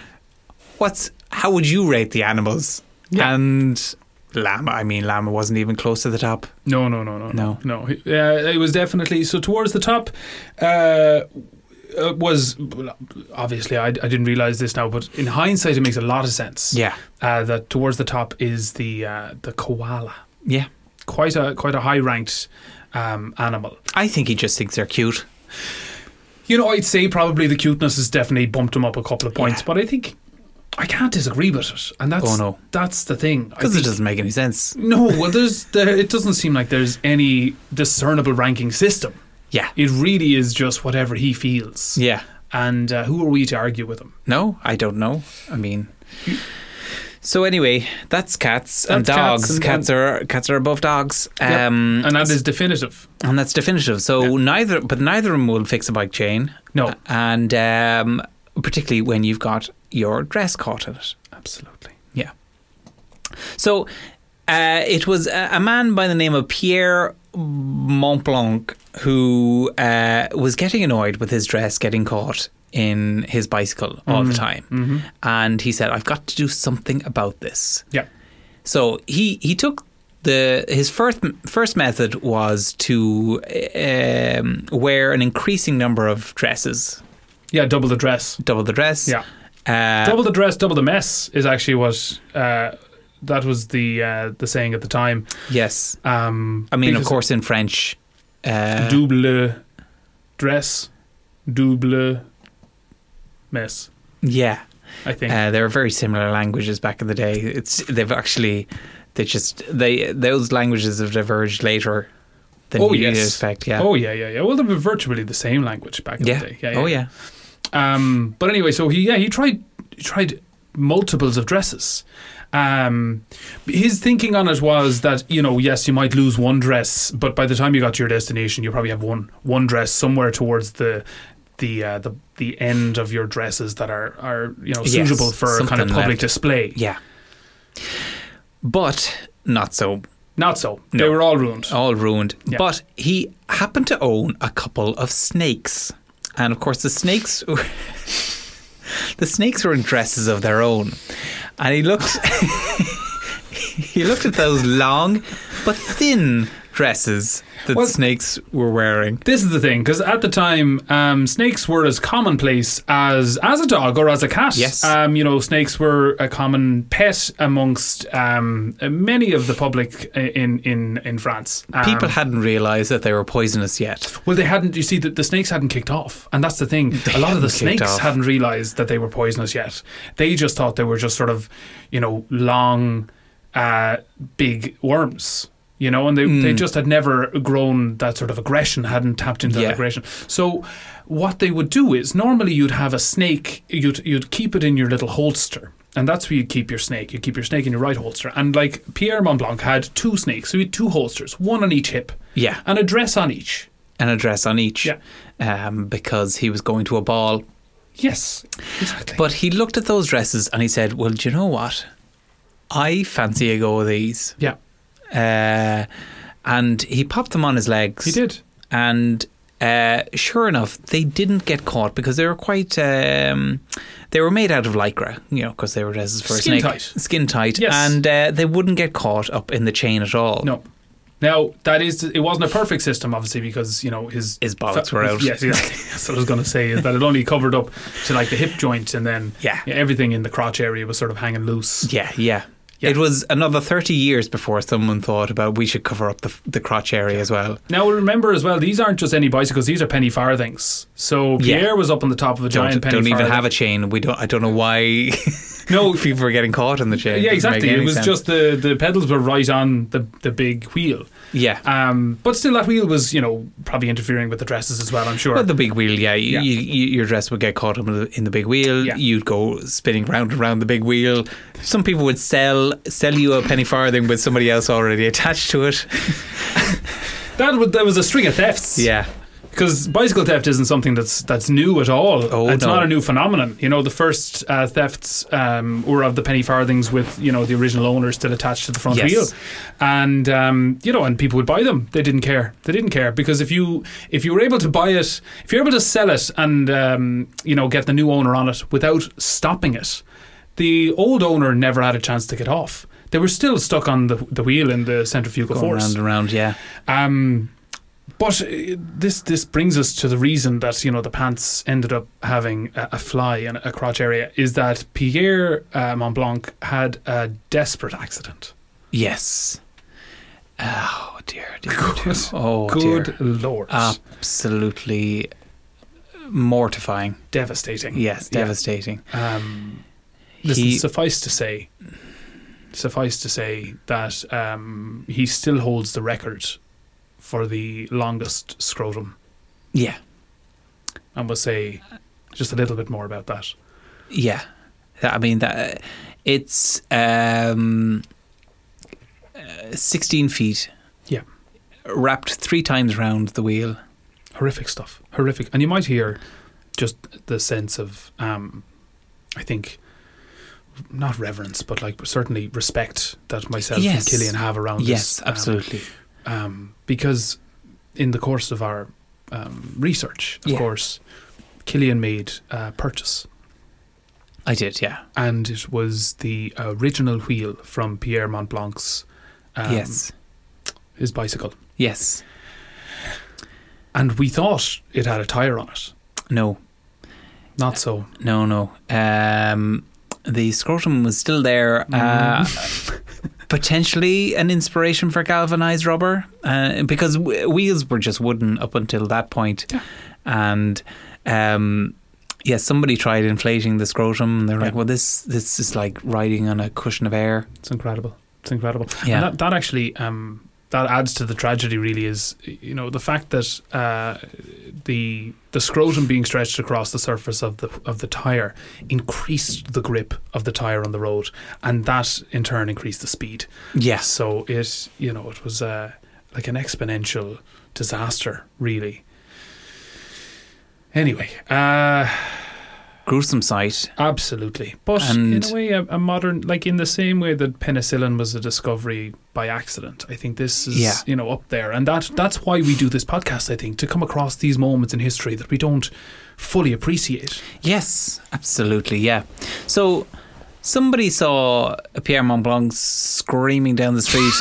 C: What's how would you rate the animals?
B: Yeah.
C: And llama, I mean llama wasn't even close to the top.
B: No, no, no, no,
C: No.
B: no. Uh, it was definitely so towards the top. Uh, uh, was well, obviously I, I didn't realize this now, but in hindsight, it makes a lot of sense.
C: Yeah,
B: uh, that towards the top is the uh, the koala.
C: yeah.
B: Quite a quite a high ranked um, animal.
C: I think he just thinks they're cute.
B: You know, I'd say probably the cuteness has definitely bumped him up a couple of points,
C: Yeah.
B: but I think I can't disagree with it, and that's
C: Oh, no.
B: that's the thing I
C: Because it
B: think-
C: doesn't make any sense.
B: No, well, there's there, it doesn't seem like there's any discernible ranking system.
C: Yeah,
B: It really is just whatever he feels,
C: yeah.
B: and uh, who are we to argue with him?
C: No, I don't know. I mean. So anyway, that's cats and
B: That's cats
C: dogs. Cats,
B: and-
C: are cats are above dogs,
B: Yep.
C: um,
B: and that is definitive.
C: and that's definitive. So neither, but neither of them will fix a bike chain.
B: No,
C: and um, particularly when you've got your dress caught in it.
B: absolutely.
C: So uh, it was a, a man by the name of Pierre Montblanc who uh, was getting annoyed with his dress getting caught in his bicycle all the time,
B: hmm
C: and he said, "I've got to do something about this."
B: Yeah,
C: So he he took the his first first method was to um, wear an increasing number of dresses,
B: yeah. Double the dress.
C: double the dress.
B: Yeah.
C: Uh,
B: double the dress, double the mess is actually what uh, that was the uh, the saying at the time.
C: yes.
B: Um,
C: I mean, of
B: because
C: course, in French. Uh,
B: double dress, double mess.
C: yeah,
B: I think.
C: uh, they were very similar languages back in the day. It's they've actually they just they those languages have diverged later than
B: Oh,
C: you'd
B: yes.
C: expect. Yeah.
B: Oh yeah, yeah, yeah. Well, they were virtually the same language back in
C: yeah.
B: the day.
C: Oh yeah.
B: Um, but anyway, so he yeah he tried he tried multiples of dresses. Um, his thinking on it was that you know yes you might lose one dress, but by the time you got to your destination, you probably have one one dress somewhere towards the the uh, the the end of your dresses that are are you know
C: Yes,
B: suitable for kind
C: something
B: of public
C: left.
B: display.
C: Yeah. But not so
B: Not so
C: No. Oh.
B: they were all ruined.
C: all ruined.
B: Yeah.
C: But he happened to own a couple of snakes, and of course the snakes. were- The snakes were in dresses of their own, and he looked. he looked at those long, but thin dresses that
B: Well-
C: snakes were wearing.
B: This is the thing, because at the time, um, snakes were as commonplace as as a dog or as a cat.
C: Yes.
B: um, you know, snakes were a common pet amongst um, many of the public i- in in in France. Um,
C: People hadn't realised that they were poisonous yet.
B: well, they hadn't. You see, the, the snakes hadn't kicked off, and that's the thing. a lot of the
C: hadn't kicked
B: snakes
C: off.
B: hadn't realised that they were poisonous yet. They just thought they were just sort of, you know, long, uh, big worms. You know, and they,
C: Mm.
B: they just had never grown that sort of aggression, hadn't tapped into
C: Yeah.
B: that aggression. So, what they would do is normally you'd have a snake, you'd you'd keep it in your little holster, and that's where you keep your snake. You keep your snake in your right holster, and like Pierre Montblanc had two snakes, so he had two holsters, one on each hip,
C: Yeah,
B: and a dress on each.
C: and a dress on each.
B: Yeah.
C: Um, because he was going to a ball
B: Yes, exactly.
C: But he looked at those dresses and he said, "Well, do you know what? I fancy a go of these."
B: yeah,
C: Uh, and he popped them on his legs.
B: he did.
C: And uh, sure enough, they didn't get caught because they were quite. Um, they were made out of lycra, you know, because they were dresses for
B: Skin
C: a snake,
B: tight.
C: skin tight,
B: Yes.
C: and uh, they wouldn't get caught up in the chain at all.
B: No. Now that is, it wasn't a perfect system, obviously, because you know his
C: His bollocks were out.
B: Yes, exactly. That's what I was going to say is that it only covered up to like the hip joint, and then
C: Yeah.
B: everything in the crotch area was sort of hanging loose.
C: Yeah, yeah.
B: Yeah.
C: It was another 30 years before someone thought about we should cover up the, the crotch area as well.
B: Now remember as well, these aren't just any bicycles; these are penny farthings. So
C: Yeah.
B: Pierre was up on the top of a
C: Don't,
B: giant penny
C: don't even
B: farthing.
C: have a chain. We don't. I don't know why
B: No,
C: people were getting caught on the chain.
B: yeah,
C: Doesn't make
B: exactly.
C: any
B: It was
C: sense.
B: just the the pedals were right on the the big wheel.
C: yeah.
B: Um, but still, that wheel was you know probably interfering with the dresses as well. I'm sure.
C: Well, the big wheel, yeah.
B: Yeah.
C: You, You, your dress would get caught up in the, in the big wheel.
B: Yeah.
C: You'd go spinning round and round the big wheel. Some people would sell sell you a penny farthing with somebody else already attached to it.
B: that was, there was a string of thefts.
C: Yeah.
B: because bicycle theft isn't something that's that's new at all.
C: Oh,
B: it's
C: no.
B: not a new phenomenon. You know, the first uh, thefts um, were of the penny farthings with you know the original owners still attached to the front
C: Yes.
B: wheel, and um, you know, and people would buy them. They didn't care. They didn't care because if you if you were able to buy it, if you're able to sell it, and um, you know get the new owner on it without stopping it, the old owner never had a chance to get off. They were still stuck on the, the wheel in the centrifugal
C: Going
B: force.
C: round and round, yeah.
B: Um, but uh, this this brings us to the reason that you know the pants ended up having a, a fly in a crotch area is that Pierre uh, Montblanc had a desperate accident.
C: Yes. Oh, dear, dear. dear.
B: Good,
C: Oh,
B: good
C: dear. Ah.
B: lord,
C: Absolutely mortifying.
B: devastating.
C: Yes,
B: Yeah.
C: devastating.
B: Um, listen,
C: He-
B: suffice to say, suffice to say that um, he still holds the record for the longest scrotum,
C: Yeah.
B: and we'll say just a little bit more about that.
C: Yeah, I mean that it's um, uh, sixteen feet.
B: Yeah.
C: wrapped three times round the wheel.
B: horrific stuff horrific and you might hear just the sense of um i think not reverence but like certainly respect that myself
C: Yes.
B: and Killian have around
C: yes,
B: this, um,
C: absolutely.
B: um, because in the course of our um, research of
C: Yeah.
B: course Killian made a purchase
C: I did. Yeah.
B: and it was the original wheel from Pierre Montblanc's um,
C: yes.
B: his bicycle
C: Yes.
B: and we thought it had a tire on it
C: No.
B: not so
C: No. No. Um, the scrotum was still there. Uh,
B: Mm-hmm.
C: potentially an inspiration for galvanized rubber uh, because w- wheels were just wooden up until that point.
B: Yeah.
C: and um, yeah, somebody tried inflating the scrotum. And they're like,
B: Yeah.
C: "Well, this this is like riding on a cushion of air."
B: It's incredible. It's incredible.
C: Yeah.
B: And that, that actually um, that adds to the tragedy. Really, is you know the fact that uh, the the scrotum being stretched across the surface of the of the tire increased the grip of the tire on the road, and that in turn increased the speed.
C: Yes,
B: So it you know it was uh, like an exponential disaster, really. Anyway, uh,
C: gruesome sight.
B: Absolutely. But in
C: And-
B: a way, a, a modern, like in the same way that penicillin was a discovery by accident, I think this is,
C: Yeah.
B: you know, up there. And that that's why we do this podcast, I think, to come across these moments in history that we don't fully appreciate.
C: Yes, absolutely. Yeah. So somebody saw Pierre Montblanc screaming down the street,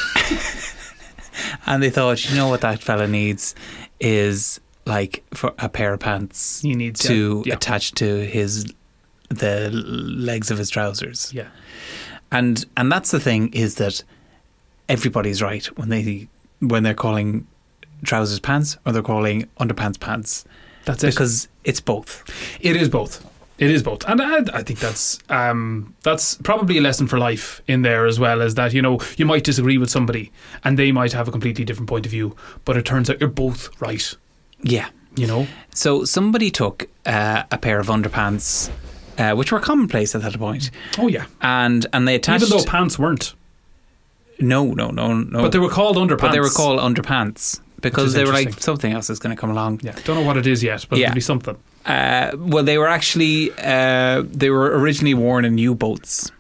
C: and they thought, you know what that fella needs is like for a pair of pants
B: You need
C: to
B: Yeah.
C: attach to his the legs of his trousers.
B: yeah.
C: and and that's the thing is that everybody's right when they when they're calling trousers pants or they're calling underpants pants
B: That's it.
C: because it's both.
B: It is both. It is both, and I, I think that's um, that's probably a lesson for life in there as well. Is that you know you might disagree with somebody, and they might have a completely different point of view, but it turns out you're both right.
C: Yeah.
B: You know,
C: So somebody took uh, a pair of underpants, uh, which were commonplace at that point,
B: oh yeah,
C: and and they attached.
B: even though pants weren't.
C: no, no, no, no.
B: But they were called underpants.
C: but they were called underpants because
B: is
C: they were like
B: interesting.
C: something else is going to come along.
B: Yeah, don't know what it is yet, but
C: Yeah.
B: it'll be something.
C: Uh, well, they were actually uh, they were originally worn in U boats,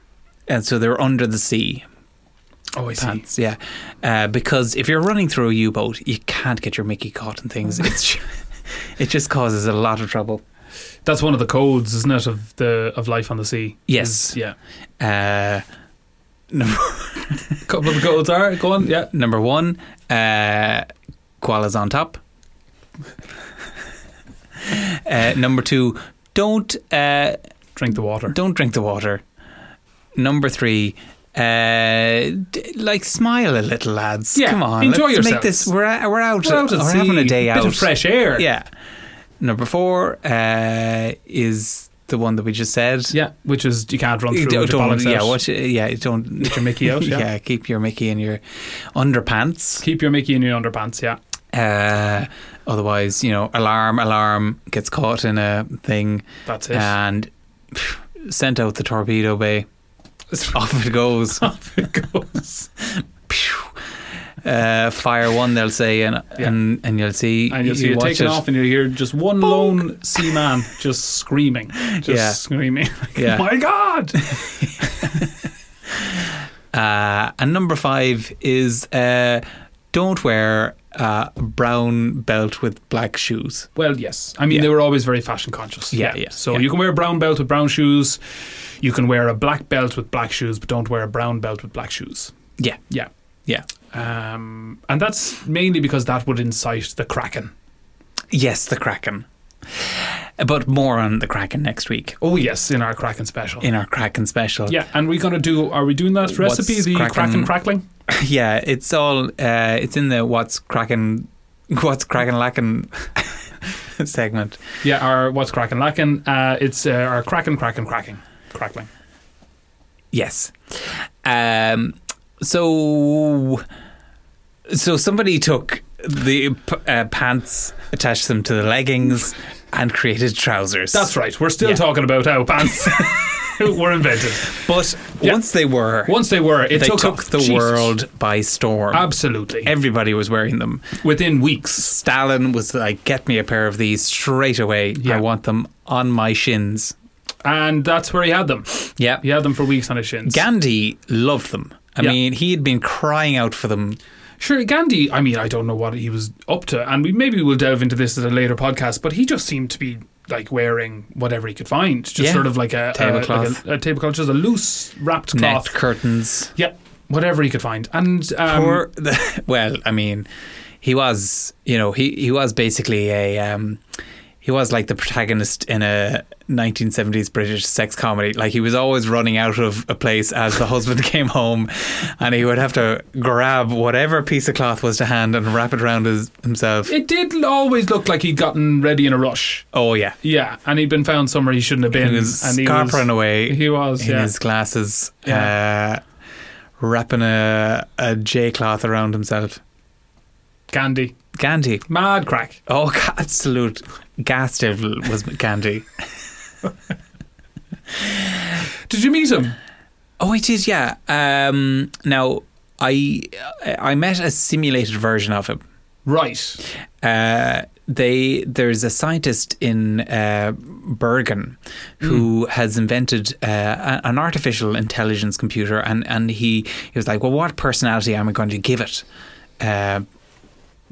C: and so they were under the sea.
B: Oh, I
C: pants. Yeah, uh, because if you're running through a U-boat, you can't get your Mickey caught in things. It's ju- it just causes a lot of trouble.
B: That's one of the codes, isn't it, of the of life on the sea?
C: Yes.
B: Is- yeah.
C: Uh, number
B: Couple of the codes are go on. Yeah.
C: number one, uh, koalas on top. uh, number two, don't uh,
B: Drink the water.
C: don't drink the water. Number three, Uh, d- like smile a little, lads.
B: Yeah,
C: Come on,
B: enjoy
C: let's Make
B: yourselves.
C: this. We're out. We're out.
B: We're out at
C: we're having
B: sea,
C: a day out.
B: Bit of fresh air.
C: Yeah. Number four uh, is the one that we just said.
B: Yeah, which is you can't run
C: You
B: through
C: don't-
B: with your bollocks
C: yeah,
B: out.
C: what? Yeah, don't
B: Get your Mickey out. Yeah.
C: keep your Mickey in your underpants.
B: Keep your Mickey in your underpants. Yeah.
C: Uh, otherwise, you know, alarm, alarm gets caught in a thing
B: That's it.
C: and phew, sent out the torpedo bay. Off it goes.
B: it goes.
C: Uh, fire one, they'll say, and
B: Yeah.
C: and, and you'll see.
B: And you'll see
C: you
B: it
C: watch
B: taken
C: it.
B: off, and you hear just one lone seaman just screaming, just
C: Yeah.
B: screaming.
C: Yeah.
B: My God!
C: Uh, and number five is uh, don't wear uh, a brown belt with black shoes.
B: Well, yes. I mean,
C: Yeah.
B: they were always very fashion conscious.
C: Yeah, yeah,
B: So
C: yeah.
B: you can wear a brown belt with brown shoes. You can wear a black belt with black shoes, but don't wear a brown belt with black shoes.
C: Yeah.
B: Yeah.
C: Yeah.
B: Um, and that's mainly because that would incite the kraken.
C: Yes, the Kraken. But more on the Kraken next week
B: Oh yes, in our kraken special.
C: in our Kraken special.
B: yeah, and we're gonna do. Are we doing that
C: What's
B: recipe? the kraken,
C: Kraken-
B: crackling.
C: Yeah, it's all. Uh, it's in the what's cracking, what's cracking lacking segment.
B: Yeah, our what's kraken lacking? Uh, it's uh, our kraken kraken cracking crackling.
C: Yes. Um. So. So somebody took the p- uh, pants, attached them to the leggings, and created trousers.
B: That's right. We're still
C: Yeah.
B: talking about how pants were invented.
C: But
B: Yeah.
C: once they were,
B: Once they were, it
C: they
B: took,
C: took,
B: off.
C: the
B: Jesus.
C: world by storm.
B: Absolutely.
C: Everybody was wearing them.
B: Within weeks.
C: Stalin was like, "Get me a pair of these straight away.
B: Yeah.
C: I want them on my shins."
B: And that's where he had them.
C: Yeah.
B: He had them for weeks on his shins.
C: Gandhi loved them. I
B: Yeah.
C: mean, he had been crying out for them.
B: sure, Gandhi, I mean, I don't know what he was up to, and we maybe we'll delve into this at a later podcast, but he just seemed to be like wearing whatever he could find. Just
C: Yeah.
B: sort of like a
C: Tablecloth.
B: A, like a, a tablecloth, just a loose wrapped
C: Net
B: cloth.
C: curtains.
B: Yeah, whatever he could find. And um,
C: Poor. The, well, I mean, he was, you know, he, he was basically a. Um, he was like the protagonist in a 1970s British sex comedy. Like he was always running out of a place as the husband came home, and he would have to grab whatever piece of cloth was to hand and wrap it around his, himself.
B: it did always look like he'd gotten ready in a rush.
C: Oh yeah,
B: Yeah, and he'd been found somewhere he shouldn't have been.
C: in his
B: and he
C: scarf
B: was,
C: run away.
B: He was,
C: in
B: yeah.
C: his glasses, uh, wrapping a, a J cloth around himself.
B: Gandhi.
C: Gandhi.
B: Mad crack.
C: Oh, g- absolute gas devil was Gandhi.
B: Did you meet him?
C: Oh, I did, yeah. Um, now, I I met a simulated version of him.
B: Right.
C: Uh, they there's a scientist in uh, Bergen who has invented uh, a- an artificial intelligence computer, and and he he was like, well, what personality am I going to give it? Uh,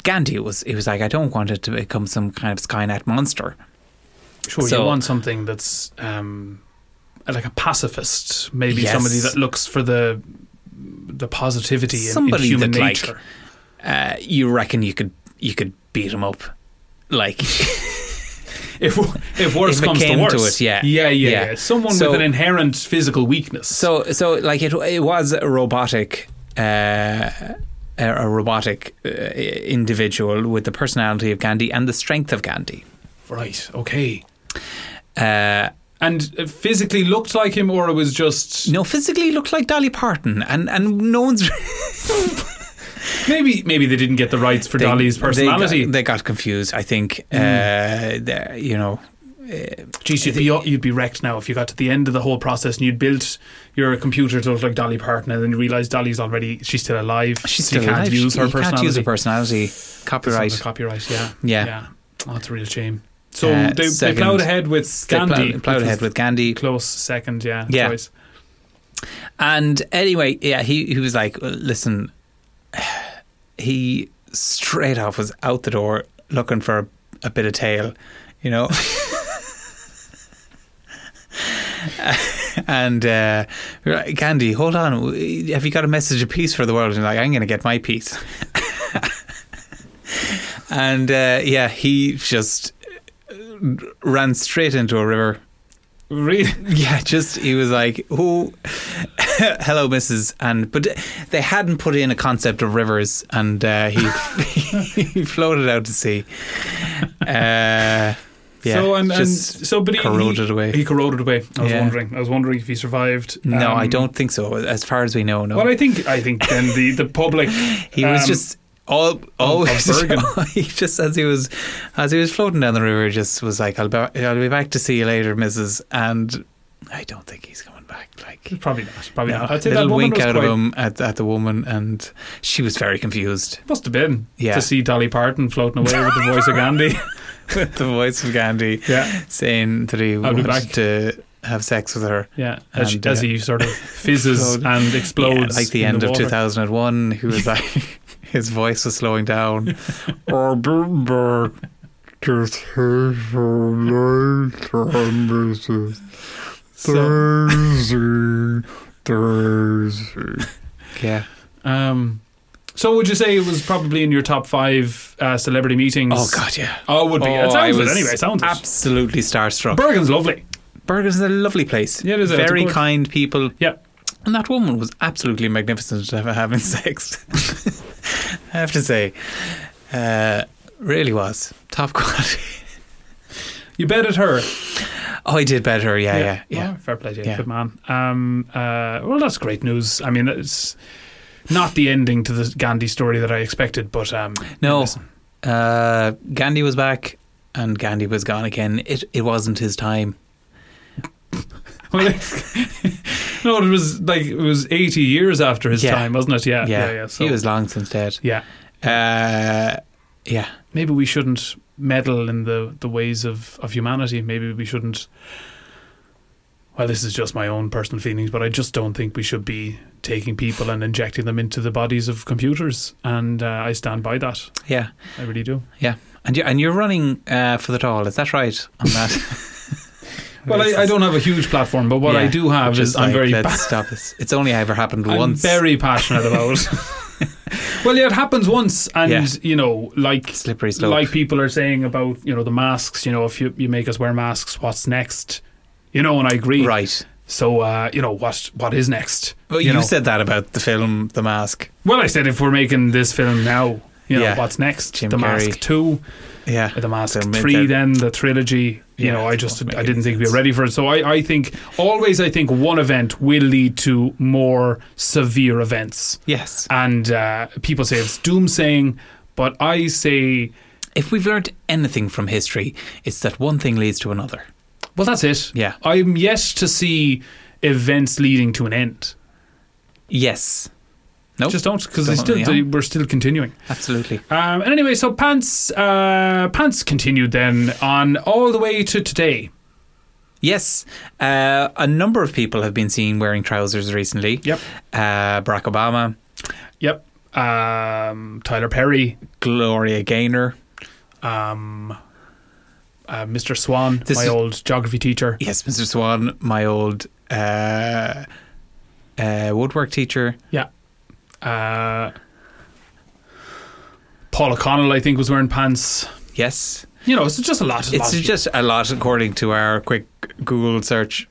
C: Gandhi was he was like, I don't want it to become some kind of Skynet monster.
B: Sure,
C: So-
B: you want something that's um, like a pacifist, maybe
C: Yes.
B: somebody that looks for the the positivity in- in,
C: Somebody
B: human
C: that, like,
B: nature.
C: Uh, you reckon you could you could beat him up, like
B: if if worse
C: If it
B: comes
C: came
B: to
C: to
B: worse,
C: it, yeah.
B: yeah, yeah,
C: Yeah.
B: yeah. Someone
C: So-
B: with an inherent physical weakness.
C: So, so like it, it was a robotic, uh, a a robotic uh, individual with the personality of Gandhi and the strength of Gandhi.
B: right, okay.
C: Uh,
B: And it physically looked like him, or it was just
C: no, physically looked like Dolly Parton, and and no one's
B: maybe maybe they didn't get the rights for
C: they-
B: Dolly's
C: They
B: personality. Hmm.
C: got, they got confused, I think. Uh, they- you know,
B: Geez, you'd be, you'd be wrecked now if you got to the end of the whole process and you'd built your computer to look like Dolly Parton, and then you realise Dolly's already she's still alive.
C: she's
B: so
C: still
B: you can't
C: alive.
B: use her
C: you
B: personality.
C: can't use her personality. Copyright.
B: Under copyright, yeah.
C: Yeah.
B: Oh, that's a real shame. So
C: Uh,
B: they, they
C: second-
B: plowed ahead with
C: They plow-
B: Gandhi.
C: plowed
B: which
C: ahead
B: was
C: with Gandhi.
B: close second, yeah.
C: Yeah.
B: Choice.
C: And anyway, yeah, he, he was like, listen, he straight off was out the door looking for a, a bit of tail, you know? and uh, we were like, Gandhi, hold on. Have you got a message of peace for the world? And like, I'm going to get my peace. and uh, yeah, he just ran straight into a river
B: Really?
C: Yeah, just he was like, "Oh, hello, Mrs." And but they hadn't put in a concept of rivers, and uh, he he floated out to sea. Uh, yeah,
B: so and, and
C: just
B: so, but he,
C: corroded
B: he,
C: away.
B: He corroded away. I was
C: Yeah.
B: wondering. I was wondering if he survived.
C: no,
B: Um,
C: I don't think so. As far as we know, no.
B: Well, I think I think then the the public.
C: he was
B: um,
C: just all always.
B: Bergen.
C: he just as he was as he was floating down the river, just was like, "I'll be, I'll be back to see you later, Mrs." And I don't think he's coming back. Like.
B: Probably not. Probably
C: No,
B: not. I'd say that
C: little
B: woman
C: wink
B: was
C: out
B: quite,
C: of him at, at the woman, and she was very confused.
B: Must have been
C: Yeah.
B: to see Dolly Parton floating away with the voice of Gandhi.
C: the voice of Gandhi
B: Yeah,
C: saying that he
B: I'll be
C: wanted
B: back.
C: to have sex with her.
B: yeah. As,
C: And,
B: she- as
C: uh,
B: he sort of fizzes
C: explode.
B: and explodes,
C: Yeah, like the
B: in
C: end
B: the
C: of
B: water.
C: 2001, who was like, his voice was slowing down. I'll be back to see you later, Mrs.
B: So,
C: Thursday, Thursday. Yeah.
B: um, so would you say it was probably in your top five uh, celebrity meetings?
C: Oh, God, yeah.
B: Oh, it would be.
C: Oh,
B: it
C: I
B: sounds it
C: was
B: anyway. It sounds it.
C: absolutely starstruck.
B: Bergen's lovely.
C: Bergen's a lovely place.
B: Yeah, it is, uh, it's a
C: Very
B: good-
C: kind people.
B: Yeah.
C: And that woman was absolutely magnificent to have having sex. I have to say, uh, really was top quality.
B: You bet at her.
C: Oh, I did better. Yeah, yeah, yeah.
B: Oh, fair play to you.
C: Yeah.
B: Good man. Um, uh, well, that's great news. I mean, it's not the ending to the Gandhi story that I expected, but um,
C: No.
B: listen.
C: Uh, Gandhi was back, and Gandhi was gone again. It it wasn't his time.
B: Well, no, it was like it was eighty years after his
C: Yeah.
B: time, wasn't it? Yeah, yeah,
C: yeah,
B: yeah. So,
C: he was long since dead.
B: yeah.
C: Uh, yeah,
B: Maybe we shouldn't meddle in the the ways of of humanity. Maybe we shouldn't. Well, this is just my own personal feelings, but I just don't think we should be taking people and injecting them into the bodies of computers, and uh, I stand by that.
C: yeah.
B: I really do.
C: And you and you're running uh, for the tall. Is that right on that?
B: Well, I, I don't have a huge platform, but what I
C: Yeah,
B: do have
C: Just
B: is I'm
C: like,
B: very
C: Let's
B: pa-
C: stop this. It's only ever happened
B: I'm
C: once.
B: very passionate about. well, yeah, it happens once, and
C: Yeah.
B: you know, like
C: slippery slope.
B: like people are saying about you know the masks. You know, if you you make us wear masks, what's next? You know, and I agree.
C: right.
B: So uh, you know what what is next?
C: Well, you,
B: know.
C: said that about the film The Mask.
B: Well, I said if we're making this film now, you know
C: Yeah.
B: what's next?
C: Jim
B: the Mask
C: Carrey.
B: Two,
C: Yeah.
B: the Mask
C: They'll make
B: Three,
C: that-
B: then the trilogy. You
C: Yeah,
B: know, I
C: it
B: just
C: doesn't make
B: I didn't
C: any
B: think we were
C: sense.
B: ready for it. So I I think always I think one event will lead to more severe events,
C: Yes.
B: and uh, people say it's doomsaying, but I say
C: If we've learned anything from history, it's that one thing leads to another.
B: well that's it.
C: Yeah.
B: I'm yet to see events leading to an end.
C: Yes. Nope.
B: Just don't because they
C: Oh, Don't,
B: still
C: yeah.
B: they, we're still continuing.
C: Absolutely.
B: Um, and anyway, so pants uh, pants continued then on all the way to today.
C: Yes. Uh, a number of people have been seen wearing trousers recently.
B: Yep.
C: Uh, Barack Obama,
B: Yep. Um, Tyler Perry,
C: Gloria Gaynor.
B: um, uh, Mr. Swan,
C: This
B: my
C: is-
B: old geography teacher.
C: Yes, Mr. Swan, my old uh, uh, woodwork teacher.
B: Uh, Paul O'Connell, I think, was wearing pants.
C: Yes.
B: You know, it's just a lot. a lot
C: It's
B: of
C: just a lot according to our quick Google search.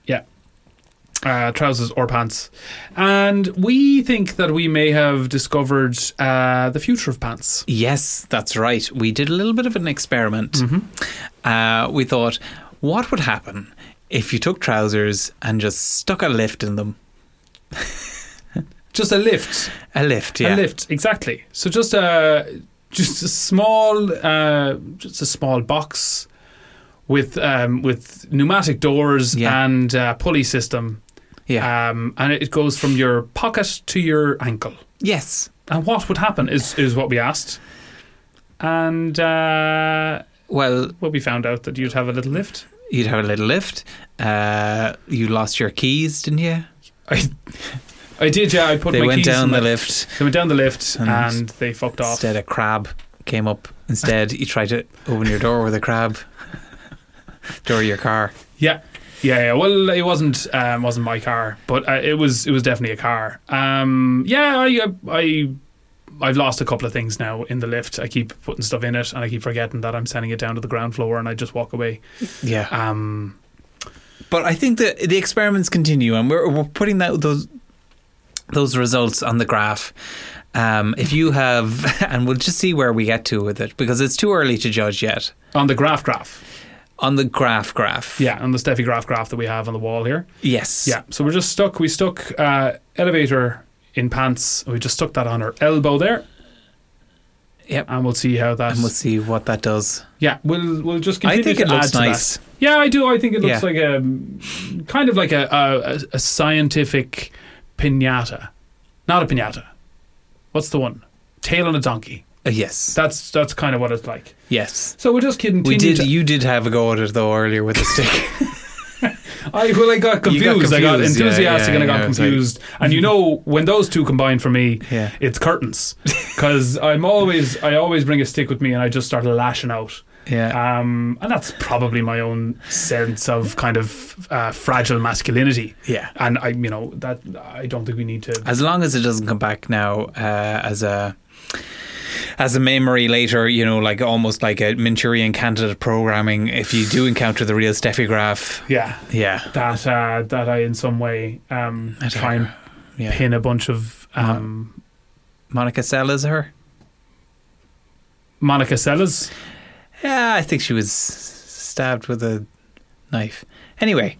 B: uh, trousers or pants, and we think that we may have discovered uh, the future of pants.
C: Yes, that's right. We did a little bit of an experiment.
B: Mm-hmm.
C: Uh, we thought, what would happen if you took trousers and just stuck a lift in them?
B: Just a lift.
C: A lift,
B: a
C: yeah.
B: lift exactly so just a just a small uh, just a small box with um, with pneumatic doors
C: Yeah.
B: and uh, pulley system
C: Yeah.
B: um, and it goes from your pocket to your ankle
C: yes.
B: and what would happen is is what we asked and uh,
C: Well,
B: well we found out that you'd have a little lift
C: you'd have a little lift. Uh, you lost your keys, didn't you?
B: I did yeah I put
C: they
B: my
C: went
B: keys in
C: down
B: my-
C: the lift
B: they went down the lift and,
C: And
B: they fucked off
C: instead. A crab came up instead. you tried to open your door with a crab. Door of your car.
B: Yeah, yeah, yeah. Well, it wasn't um, wasn't my car, but uh, it was it was definitely a car. Um, yeah, I, I I I've lost a couple of things now in the lift. I keep putting stuff in it, and I keep forgetting that I'm sending it down to the ground floor, and I just walk away.
C: Yeah.
B: Um,
C: But I think that the experiments continue, and we're, we're putting that those those results on the graph. Um, if you have, and we'll just see where we get to with it because it's too early to judge yet
B: on the graph graph.
C: on the graph graph.
B: Yeah, on the Steffi graph graph that we have on the wall here.
C: Yes.
B: Yeah, so we're just stuck. We stuck uh, elevator in pants. We just stuck that on her elbow there.
C: Yep.
B: and we'll see how that.
C: And we'll see what that does.
B: yeah, we'll we'll just
C: I
B: continue
C: think
B: to
C: it looks
B: add to that.
C: nice.
B: Yeah, I do. I think it looks
C: Yeah.
B: like a kind of like a a, a scientific pinata, not a pinata. What's the one? Tail on a donkey.
C: Uh, yes.
B: That's that's kind of what it's like.
C: yes.
B: So we'll just continue.
C: We did.
B: To,
C: You did have a go at it though earlier with the stick.
B: I well, I got
C: You
B: confused.
C: got
B: I got
C: confused, yeah,
B: enthusiastic
C: yeah,
B: and I got
C: yeah, it's like-
B: confused. and you know, when those two combine for me,
C: Yeah.
B: it's curtains because I'm always I always bring a stick with me and I just start lashing out.
C: yeah.
B: Um, and that's probably my own sense of kind of uh, fragile masculinity.
C: yeah.
B: And I, you know, that I don't think we need to.
C: As long as it doesn't come back now uh, as a as a memory later, you know, like almost like a Manchurian candidate programming. If you do encounter the real Steffi Graf,
B: Yeah,
C: yeah,
B: that uh, that I in some way um,
C: I don't
B: try and
C: know. yeah.
B: pin a bunch of um,
C: Monica Sell is her.
B: Monica Sellas.
C: Yeah, I think she was stabbed with a knife. Anyway,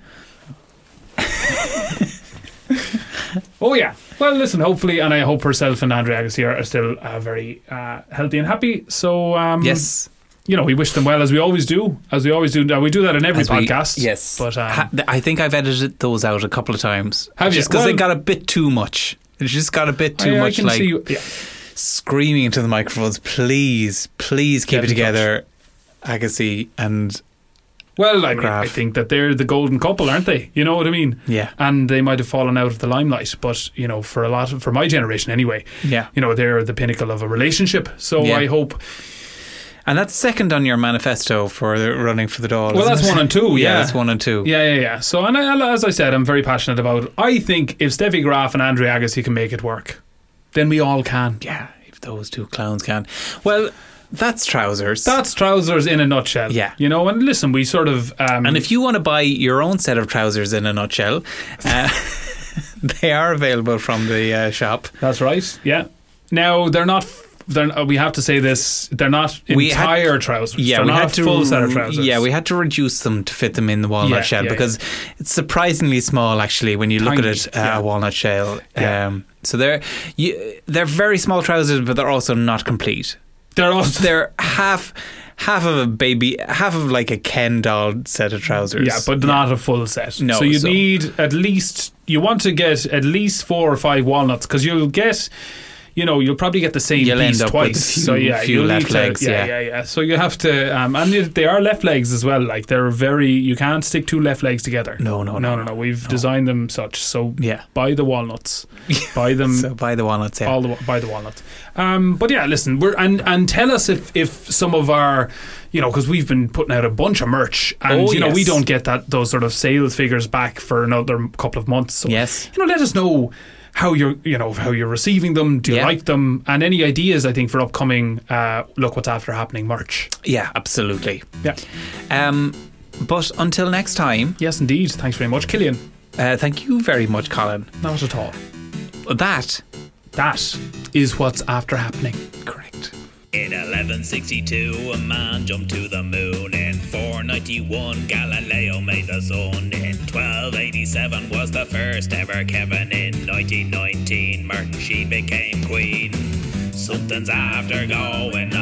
B: Oh yeah. Well, listen. Hopefully, and I hope herself and Andre Agassi are, are still uh, very uh, healthy and happy. So um,
C: yes,
B: you know, we wish them well as we always do, as we always do. Now, we do that in every
C: As we-
B: podcast.
C: yes,
B: But um,
C: Ha- th- I think I've edited those out a couple of times.
B: Have you?
C: just because
B: Well-
C: they got a bit too much. It just got a bit too
B: I, I
C: much,
B: can
C: like
B: see. Yeah.
C: screaming into the microphones. Please, please keep
B: Get
C: it
B: in touch.
C: together, Agassi, and
B: Well, I, mean,
C: Graph.
B: I think that they're the golden couple, aren't they? You know what I mean?
C: yeah,
B: And they might have fallen out of the limelight, but you know, for a lot of, for my generation anyway,
C: yeah.
B: you know, they're the pinnacle of a relationship. So
C: Yeah.
B: I hope.
C: And that's second on your manifesto for the running for the doll.
B: Well,
C: isn't
B: that's
C: it?
B: one and two.
C: yeah,
B: Yeah,
C: that's one and two.
B: Yeah, yeah, yeah. So, and I, as I said, I'm very passionate about. I think if Steffi Graf and Andre Agassi can make it work, then we all can.
C: yeah. If those two clowns can, well, that's trousers.
B: That's trousers in a nutshell.
C: Yeah.
B: you know. And listen, we sort of. Um,
C: And if you want to buy your own set of trousers in a nutshell, uh, they are available from the uh, shop.
B: That's right. Yeah. Now they're not. They're, uh, we have to say this. They're not
C: We had-
B: entire trousers.
C: Yeah,
B: they're
C: we
B: not
C: had
B: a
C: to
B: full set of trousers.
C: Yeah, we had to reduce them to fit them in the walnut
B: Yeah,
C: shell
B: yeah,
C: because it's surprisingly small actually when you look
B: Tiny,
C: at it uh,
B: yeah.
C: a walnut shell.
B: Yeah.
C: Um, so they're you, they're very small trousers, but they're also not complete.
B: they're all.
C: They're half half of a baby, half of like a Ken doll set of trousers.
B: yeah, but not a full set.
C: No,
B: so you
C: so-
B: need at least you want to get at least four or five walnuts because you'll get, you know, you'll probably get the same
C: You'll
B: piece
C: end up with
B: twice.
C: a few-
B: so yeah,
C: few
B: you'll
C: left
B: need to,
C: legs,
B: Yeah,
C: yeah.
B: yeah, yeah. So you have to, um, and it- they are left legs as well. Like they're very, you can't stick two left legs together.
C: No, no,
B: no,
C: no,
B: no. We've designed them such. So
C: yeah.
B: buy the walnuts, buy them
C: So buy the walnuts. Yeah.
B: all the by the walnut. Um, but yeah, listen, we're and and tell us if if some of our, you know, because we've been putting out a bunch of merch, and
C: Oh,
B: you know we
C: yes.
B: don't get that those sort of sales figures back for another couple of months. So,
C: Yes.
B: you know, let us know how you're you know how you're receiving them. Do you
C: Yeah.
B: like them? And any ideas I think for upcoming uh, look what's after happening merch.
C: Yeah, absolutely.
B: Yeah.
C: Um, but until next time,
B: Yes, indeed. Thanks very much, Killian.
C: uh, thank you very much, Colin.
B: Not at all.
C: That
B: That is what's after happening.
C: correct.
A: In 1162, a man jumped to the moon. In 491, Galileo made the sun. In 1287 was the first ever Kevin. In 1919, Martin she became queen. Something's after going